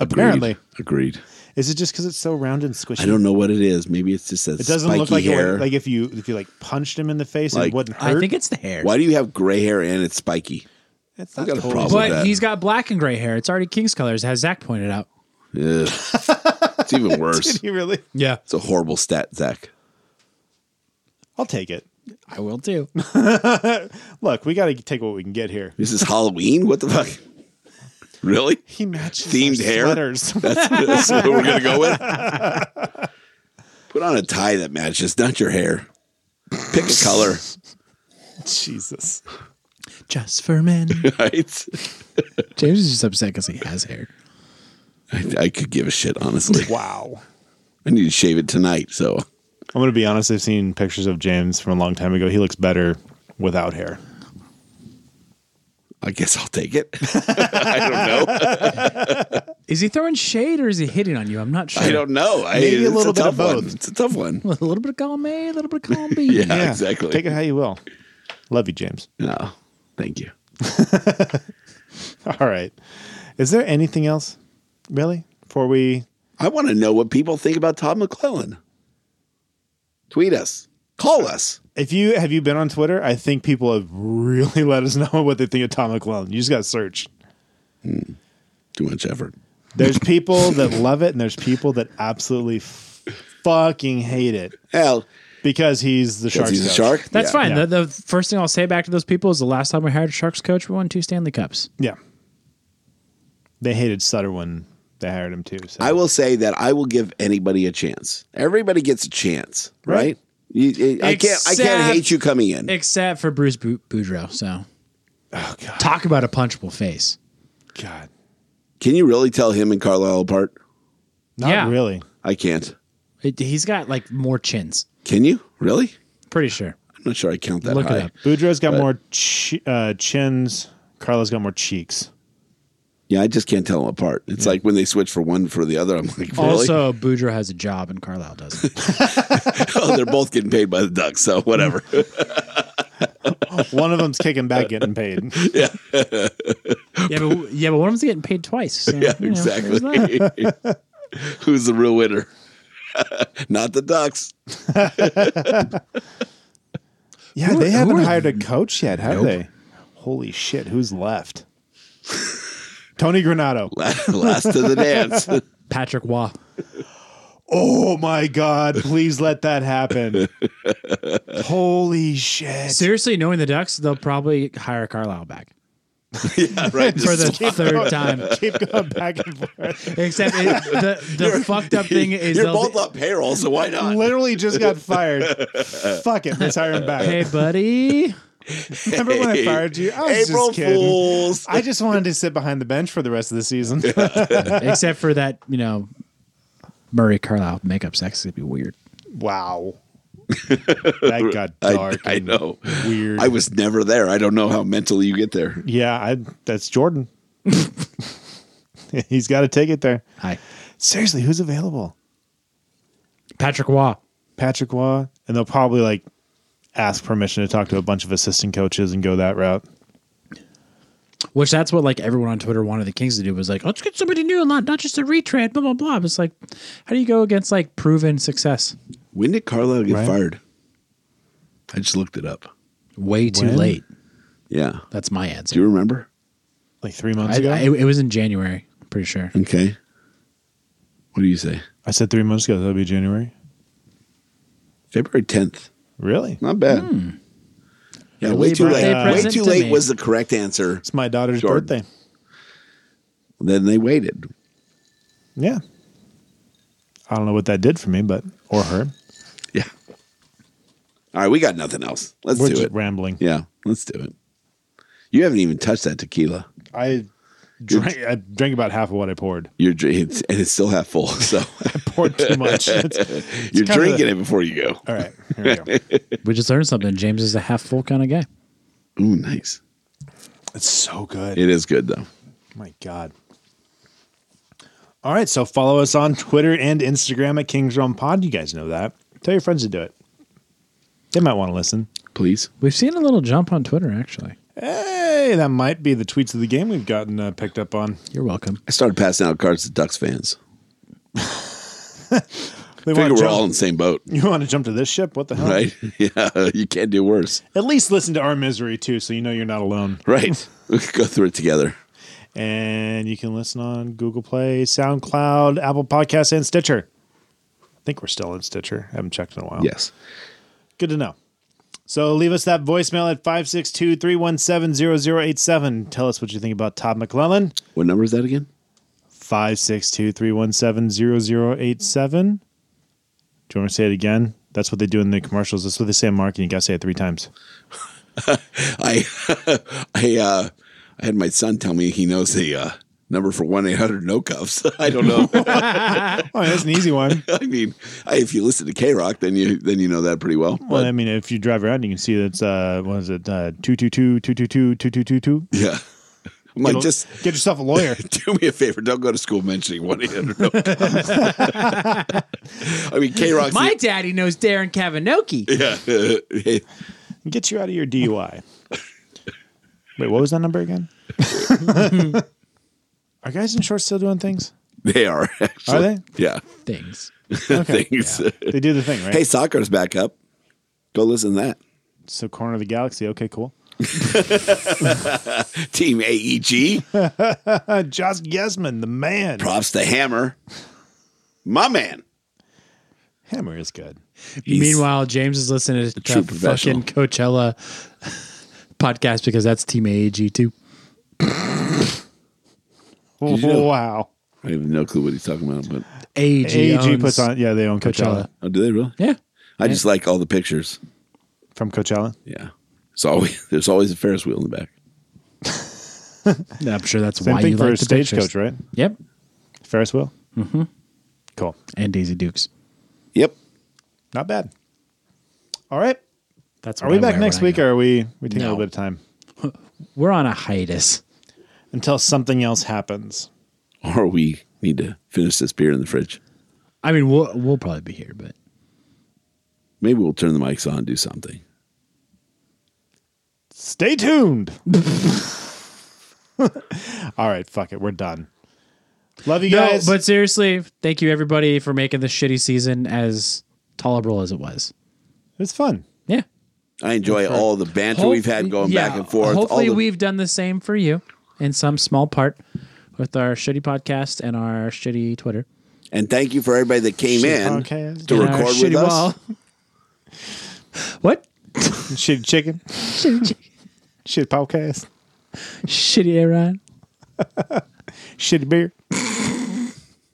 S6: Apparently,
S8: Agreed.
S6: is it just because it's so round and squishy?
S8: I don't know what it is. Maybe it's just that
S6: It doesn't
S8: spiky
S6: look like it
S8: hair.
S6: would, like if you if you like punched him in the face,
S8: Like-
S6: it wouldn't hurt.
S7: I think it's the hair.
S8: Why do you have gray hair and it's spiky?
S6: it's
S8: I've got a
S6: totally-
S8: problem. with
S7: But
S8: that.
S7: he's got black and gray hair. It's already King's colors, as Zach pointed out.
S8: Ugh. it's even worse.
S6: Did he really?
S7: Yeah,
S8: It's a horrible stat, Zach.
S6: I'll take it.
S7: I will too.
S6: Look, we got to take what we can get here.
S8: This is Halloween. What the fuck? Really?
S6: He matches
S8: Themed
S6: our
S8: hair?
S6: sweaters.
S8: That's, that's what we're gonna go with. Put on a tie that matches, not your hair. Pick a color,
S6: Jesus.
S7: Just for men.
S8: right?
S7: James is just upset because he has hair.
S8: I, I could give a shit, honestly.
S6: Wow.
S8: I need to shave it tonight. So
S6: I'm going to be honest. I've seen pictures of James from a long time ago. He looks better without hair.
S8: I guess I'll take it. I don't know.
S7: Is he throwing shade or is he hitting on you? I'm not sure.
S8: I don't know. I,
S6: Maybe a
S8: it's
S6: little bit
S8: tough
S6: of both.
S8: One. It's a tough one.
S7: A little bit of column A, a little bit of column B.
S8: Yeah, exactly.
S6: Take it how you will. Love you, James.
S8: No, thank you.
S6: All right. Is there anything else, really, before we?
S8: I want to know what people think about Todd McClellan. Tweet us. Call us.
S6: If you have you been on Twitter, I think people have really let us know what they think of Tom McClellan. You just got to search.
S8: Too much effort.
S6: There's people that love it, and there's people that absolutely f- fucking hate it
S8: Hell,
S6: because he's the shark.
S8: because he's a shark.
S7: That's
S8: Yeah.
S7: fine.
S6: Yeah.
S7: The, the first thing I'll say back to those people is the last time we hired a Sharks coach, we won two Stanley Cups.
S6: Yeah. They hated Sutter when they hired him too. So
S8: I will say that I will give anybody a chance. Everybody gets a chance, right? You- I can't. I can't
S7: Except-
S8: hate you coming in.
S7: Except for Bruce Bu- Boudreau. So
S8: Oh,
S7: talk about a punchable face.
S6: God,
S8: Can you really tell him and Carlisle apart?
S6: not
S7: Yeah.
S6: really.
S8: I can't.
S7: It, he's got like more chins.
S8: Can you really?
S7: Pretty sure.
S8: I'm not sure. I count that
S7: Look
S8: high.
S7: it up.
S6: Boudreaux's got more ch- uh, chins. Carlos got more cheeks.
S8: Yeah, I just can't tell them apart. It's like when they switch for one for the other. I'm like, really?
S7: Also, Boudreau has a job and Carlisle doesn't.
S8: oh, they're both getting paid by the Ducks, so whatever.
S6: One of them's kicking back, getting paid.
S7: yeah, but yeah, but one of them's getting paid twice. so,
S8: yeah,
S7: you know, there's that.
S8: exactly. Who's the real winner? Not the Ducks.
S6: Yeah, they haven't hired a coach yet, have they? Holy shit, who's left? Tony Granado.
S8: Last to the dance.
S7: Patrick Waugh.
S6: Oh my god, please let that happen. Holy shit.
S7: Seriously, knowing the Ducks, they'll probably hire Carlisle back
S8: yeah, right.
S7: for the third time.
S6: Keep going back and forth.
S7: Except it, the the fucked up thing is
S8: you're
S7: they'll
S8: both
S7: be-
S8: on payroll, so why not?
S6: Literally just got fired. Fuck it, let's hire him back.
S7: Hey, buddy.
S6: Remember when I fired you? I was
S8: April
S6: just kidding.
S8: Fools.
S6: I just wanted to sit behind the bench for the rest of the season.
S7: Except for that, you know, Murray Carlisle makeup sex would be weird.
S6: wow. That got
S8: I,
S6: dark.
S8: I
S6: and
S8: know.
S6: Weird.
S8: I was never there. I don't know how mentally you get there.
S6: Yeah, I, that's Jordan. He's got to take it there.
S7: Hi,
S6: Seriously, who's available?
S7: Patrick Waugh.
S6: Patrick Waugh, and they'll probably like ask permission to talk to a bunch of assistant coaches and go that route.
S7: Which that's what like everyone on Twitter wanted the Kings to do was like, let's get somebody new and not not just a retread. Blah blah blah. It's like, how do you go against like proven success?
S8: When did Carlisle get
S6: Right.
S8: fired? I just looked it up.
S7: Way too
S6: When?
S7: late.
S8: Yeah.
S7: That's my
S8: Do
S7: answer.
S8: you remember?
S6: Like three months
S7: I,
S6: ago,
S7: I-
S6: I,
S7: it was in January. I'm pretty sure.
S8: Okay. What do you say?
S6: said three months ago. That'll be January.
S8: February 10th.
S6: Really?
S8: Not bad.
S6: Hmm.
S8: Yeah, way
S7: Early
S8: too late.
S7: birthday
S8: Way
S7: present
S8: too
S7: to
S8: late
S7: me.
S8: was the correct answer.
S6: It's my daughter's
S8: Jordan.
S6: birthday.
S8: Then they waited.
S6: Yeah. I don't know what that did for me, but or her.
S8: Yeah. All right, we got nothing else. Let's
S6: We're
S8: do
S6: just
S8: it.
S6: rambling.
S8: yeah, let's do it. You haven't even touched that tequila.
S6: I drank, I drank about half of what I poured.
S8: You're dr- it's, and it's still half full. So
S6: Poured too much. It's-
S8: you're
S6: kind of
S8: drinking
S6: the-
S8: it before you go.
S6: all right, here we go.
S7: We just learned something. James is a half full kind of guy.
S8: Ooh, nice.
S6: It's so good.
S8: It is good though.
S6: My God. All right, so follow us on Twitter and Instagram at Kings Realm Pod. You guys know that. Tell your friends to do it. They might want to listen.
S8: Please.
S7: We've seen a little jump on Twitter actually.
S6: Hey, that might be the tweets of the game we've gotten uh, picked up on.
S7: You're welcome.
S8: I started passing out cards to Ducks fans.
S6: They
S8: Figure
S6: wanna
S8: we're
S6: jump-
S8: all in the same boat,
S6: you want to jump to this ship? What the hell?
S8: right? yeah, you can't do worse.
S6: At least listen to our misery too, so you know you're not alone.
S8: Right. we could go through it together.
S6: And you can listen on Google Play, SoundCloud, Apple Podcasts, and Oh. Stitcher. I think we're still in Stitcher. I haven't checked in a while.
S8: Yes.
S6: Good to know. So leave us that voicemail at 562 317 0087. Tell us what you think about Todd McClellan.
S8: What number is that again?
S6: 562 317 0087. Do you want me to say it again? That's what they do in the commercials. That's what they say in marketing. You got to say it three times.
S8: I I uh I had my son tell me he knows the uh number for one eight hundred no cuffs. I don't know.
S6: Oh, that's an easy one.
S8: I mean, I, if you listen to K Rock, then you then you know that pretty well. But
S6: Well, I mean, if you drive around, you can see that's, uh, what is it, uh, 222 222 222.
S8: yeah, I'm like just
S6: Get yourself a lawyer.
S8: do me a favor. Don't go to school mentioning one eight hundred no cuffs. I mean, K Rock.
S7: My daddy knows Darren Kavanoki.
S8: yeah. hey,
S6: Get you out of your DUI. Wait, what was that number again? Are guys in shorts still doing things?
S8: they are.
S6: Are
S8: Actually.
S6: they?
S8: Yeah.
S7: Things.
S8: Things.
S6: They do the thing, right?
S8: Hey, soccer's back up. Go listen to that.
S6: So corner of the galaxy. Okay, cool.
S8: Team E AEG.
S6: Uh, Josh Gesman, the man.
S8: Props to Hammer. My man.
S6: Hammer is good.
S8: He's-
S7: Meanwhile, James is listening to
S8: true
S7: that fucking Coachella podcast because that's Team AEG too.
S8: you know-
S6: wow.
S8: I have no clue what he's talking about, but
S7: AEG,
S6: AEG
S7: owns
S6: puts on. Yeah, they own Coachella,
S7: Coachella.
S8: oh, do they really?
S7: Yeah.
S8: I just like all the pictures.
S6: from Coachella.
S8: Yeah. It's always there's always a Ferris wheel in the back.
S7: I'm sure that's
S6: Same
S7: why
S6: thing
S7: you
S6: for
S7: like
S6: a
S7: the pictures.
S6: stagecoach, right?
S7: Yep.
S6: Ferris wheel. Mm-hmm. Cool.
S7: And Daisy Dukes.
S8: Yep.
S6: Not bad. All right.
S7: That's
S6: Are
S7: what
S6: we
S7: I
S6: back
S7: wear
S6: next
S7: when I
S6: week,
S7: go.
S6: or are we we taking a
S7: No.
S6: little bit of time
S7: We're on a hiatus.
S6: until something else happens?
S8: Or we need to finish this beer in the fridge.
S7: I mean, we'll we'll probably be here, but
S8: Maybe we'll turn the mics on and do something.
S6: Stay tuned. All right. Fuck it. We're done. Love you
S7: no.
S6: guys.
S7: But seriously, thank you everybody for making this shitty season as tolerable as it was.
S6: it's fun.
S7: Yeah.
S8: I enjoy all the banter we've had
S7: Hopefully-
S8: going
S7: yeah,
S8: back and forth.
S7: Hopefully,
S8: all the,
S7: we've done the same for you in some small part with our shitty podcast and our shitty Twitter.
S8: and thank you for everybody that came in
S6: podcast.
S8: to
S7: and our
S8: record with
S7: shitty
S8: us.
S7: what?
S6: Shitty chicken. Shitty podcast.
S7: Shitty Aaron.
S6: Shitty beer.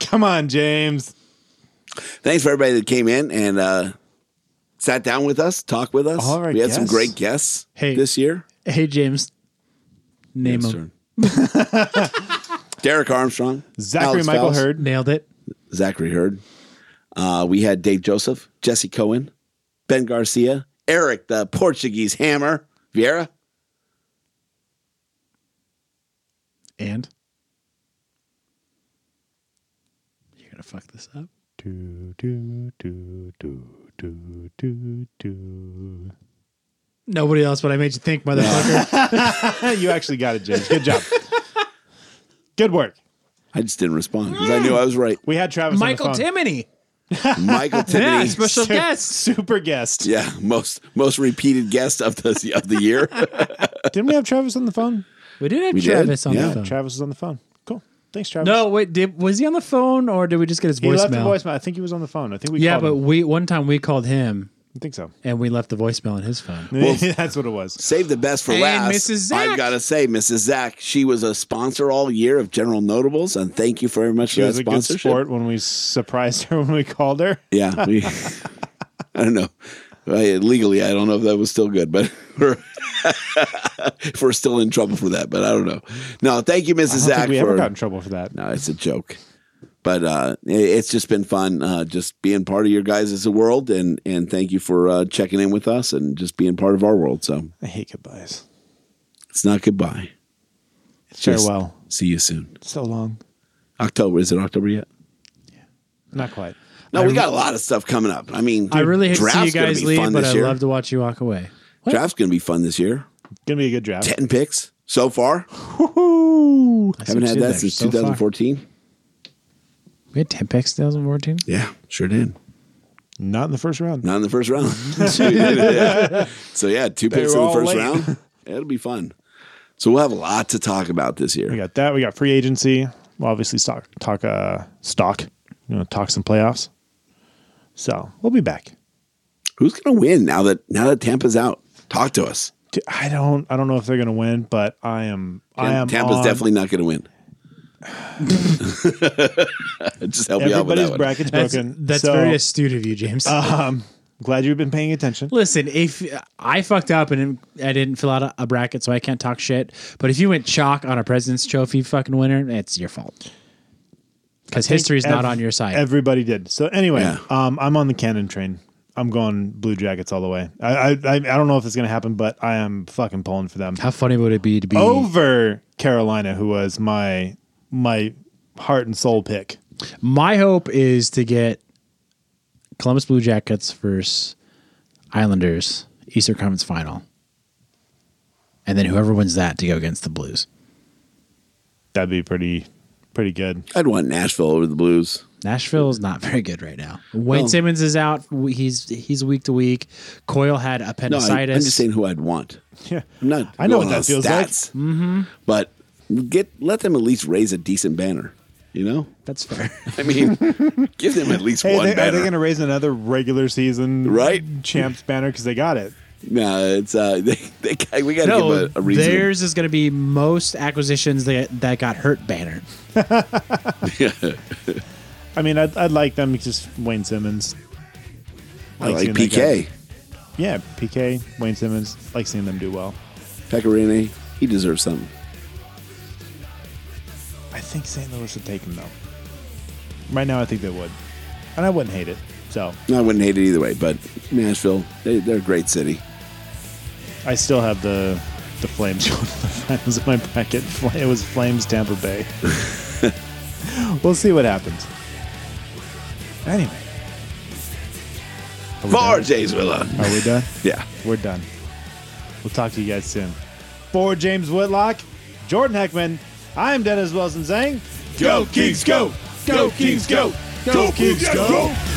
S6: Come on, James.
S8: Thanks for everybody that came in and uh, sat down with us, talked with us.
S6: All our
S8: we had some
S6: guests.
S8: great guests
S7: Hey.
S8: this year.
S7: Hey, James. Name
S8: Yes,
S7: him.
S8: sir. Derek Armstrong,
S6: Zachary
S8: Alex
S6: Michael
S8: Faust,
S6: Hurd.
S7: Nailed it.
S8: Zachary Hurd. Uh, we had Dave Joseph, Jesse Cohen, Ben Garcia, Eric the Portuguese Hammer, Vieira,
S7: And you're gonna fuck this up.
S6: Do, do, do, do, do, do, do.
S7: Nobody else, but I made you think, motherfucker.
S6: you actually got it, James. Good job. Good work.
S8: I just didn't respond because I knew I was right.
S6: We had Travis.
S7: Michael
S6: on the phone.
S7: Timoney.
S8: Michael
S7: Yeah,
S8: Timoney.
S7: special guest.
S6: Super guest.
S8: Yeah, most most repeated guest of the of the year.
S6: Didn't we have Travis on the phone?
S7: We did have
S8: We did,
S7: Travis on
S8: yeah.
S7: the phone.
S6: Travis was on the phone. Cool. Thanks, Travis.
S7: No, wait, did, was he on the phone or did we just get his
S6: he
S7: voicemail?
S6: left a voicemail. I think he was on the phone. I think we.
S7: Yeah,
S6: called
S7: but
S6: him.
S7: we one time we called him
S6: I think so.
S7: and we left the voicemail on his phone.
S6: That's what it was.
S8: Save the best for
S7: And
S8: last.
S7: Mrs. Zach.
S8: I've got to say, Mrs. Zach, she was a sponsor all year of General Notables, and thank you very much
S6: She
S8: for
S6: was
S8: that
S6: a good
S8: sponsorship.
S6: sport when we surprised her when we called her.
S8: Yeah, we, I don't know. I- legally, I don't know if that was still good, but we're, if we're still in trouble for that. But I don't know. No, thank you, Mrs.
S6: I don't
S8: Zach.
S6: think we
S8: for,
S6: ever got in trouble for that.
S8: No, it's a joke. But uh, it- it's just been fun, uh, just being part of your guys' as a world, and and thank you for uh, checking in with us and just being part of our world. So
S6: I hate goodbyes.
S8: it's not goodbye. It's just
S6: Farewell.
S8: See you soon.
S6: So long.
S8: October is it October yet?
S6: Not quite.
S8: No, we got a lot of stuff coming up. I mean,
S7: I really hate to see you
S8: draft's gonna
S7: guys
S8: be
S7: leave,
S8: fun
S7: but
S8: this
S7: I
S8: year.
S7: love to watch you walk away.
S8: Draft's going to be fun this year.
S6: Gonna be a good draft.
S8: Ten picks so far.
S7: I
S8: Haven't had
S7: did
S8: that since
S7: so far.
S8: 2014.
S7: We had 10 picks 2014.
S8: Yeah, sure did.
S6: Not in the first round.
S8: Not in the first round. So, yeah. So yeah, two picks in the
S6: were all
S8: first
S6: late.
S8: round. It'll be fun. So we'll have a lot to talk about this
S6: We
S8: year.
S6: got that. We got free agency. We'll obviously stock talk uh stock. You know, talk some playoffs. So we'll be back.
S8: Who's going to win now that now that Tampa's out? Talk to us.
S6: Dude, I don't I don't know if they're going to win, but I am I am
S8: Tampa's
S6: on
S8: definitely not going to win. Just help me out with
S6: everybody's
S8: that one.
S6: brackets
S7: That's,
S6: broken.
S7: that's
S6: so,
S7: very astute of you, James.
S6: um, glad you've been paying attention.
S7: Listen, if I fucked up and didn't- I didn't fill out a, a bracket, so I can't talk shit. But if you went chalk on a President's Trophy fucking winner, it's your fault. Because history's not
S6: Ev-
S7: on your side.
S6: Everybody did. So anyway,
S8: Yeah.
S6: um, I'm on the cannon train. I'm going Blue Jackets all the way. I I, I I don't know if it's gonna happen, but I am fucking pulling for them
S7: How funny would it be to be?
S6: over Carolina, who was my my heart and soul pick.
S7: My hope is to get Columbus Blue Jackets versus Islanders Eastern Conference Final, and then whoever wins that to go against the Blues.
S6: That'd be pretty pretty good.
S8: I'd want Nashville over the Blues.
S7: Nashville is not very good right now. Wayne
S8: Well-
S7: Simmons is out. He's he's week to week. Coyle had
S8: No, I, am
S7: appendicitis.
S8: just saying who I'd want.
S6: Yeah.
S8: I'm not.
S6: I know
S8: going
S6: what that
S8: on
S6: feels like.
S8: stats, like. But get let them at least raise a decent banner. You know,
S7: That's fair.
S8: I mean, give them at least
S6: Hey,
S8: one
S6: they, are
S8: banner.
S6: they going to raise another regular season
S8: Right.
S6: champs banner because they got it?
S8: No, it's uh, they, they, got- we got to
S7: no,
S8: give a, a reason.
S7: theirs is going to be most acquisitions that that got hurt banner.
S6: I mean, I'd, I'd like them just Wayne Simmons.
S8: I like
S6: seeing that
S8: PK
S6: guy- Yeah, PK Wayne Simmons. Like seeing them do well.
S8: Pecorini. He deserves something.
S6: I think St. Louis would take him though. Right now, I think they would, and I wouldn't hate it. So
S8: No, I wouldn't hate it either way. But Nashville, they, they're a great city.
S6: I still have the the Flames going to the finals in my bracket. Fla- It was Flames Tampa Bay. we'll see what happens. Anyway, are
S8: For
S6: we done?
S8: Jays Villa.
S6: Are we done?
S8: Yeah.
S6: We're done. We'll talk to you guys soon. For James Whitlock, Jordan Heckman, I am Dennis Wilson saying,
S8: Go Kings, go! Go Kings, go! Go Kings, go!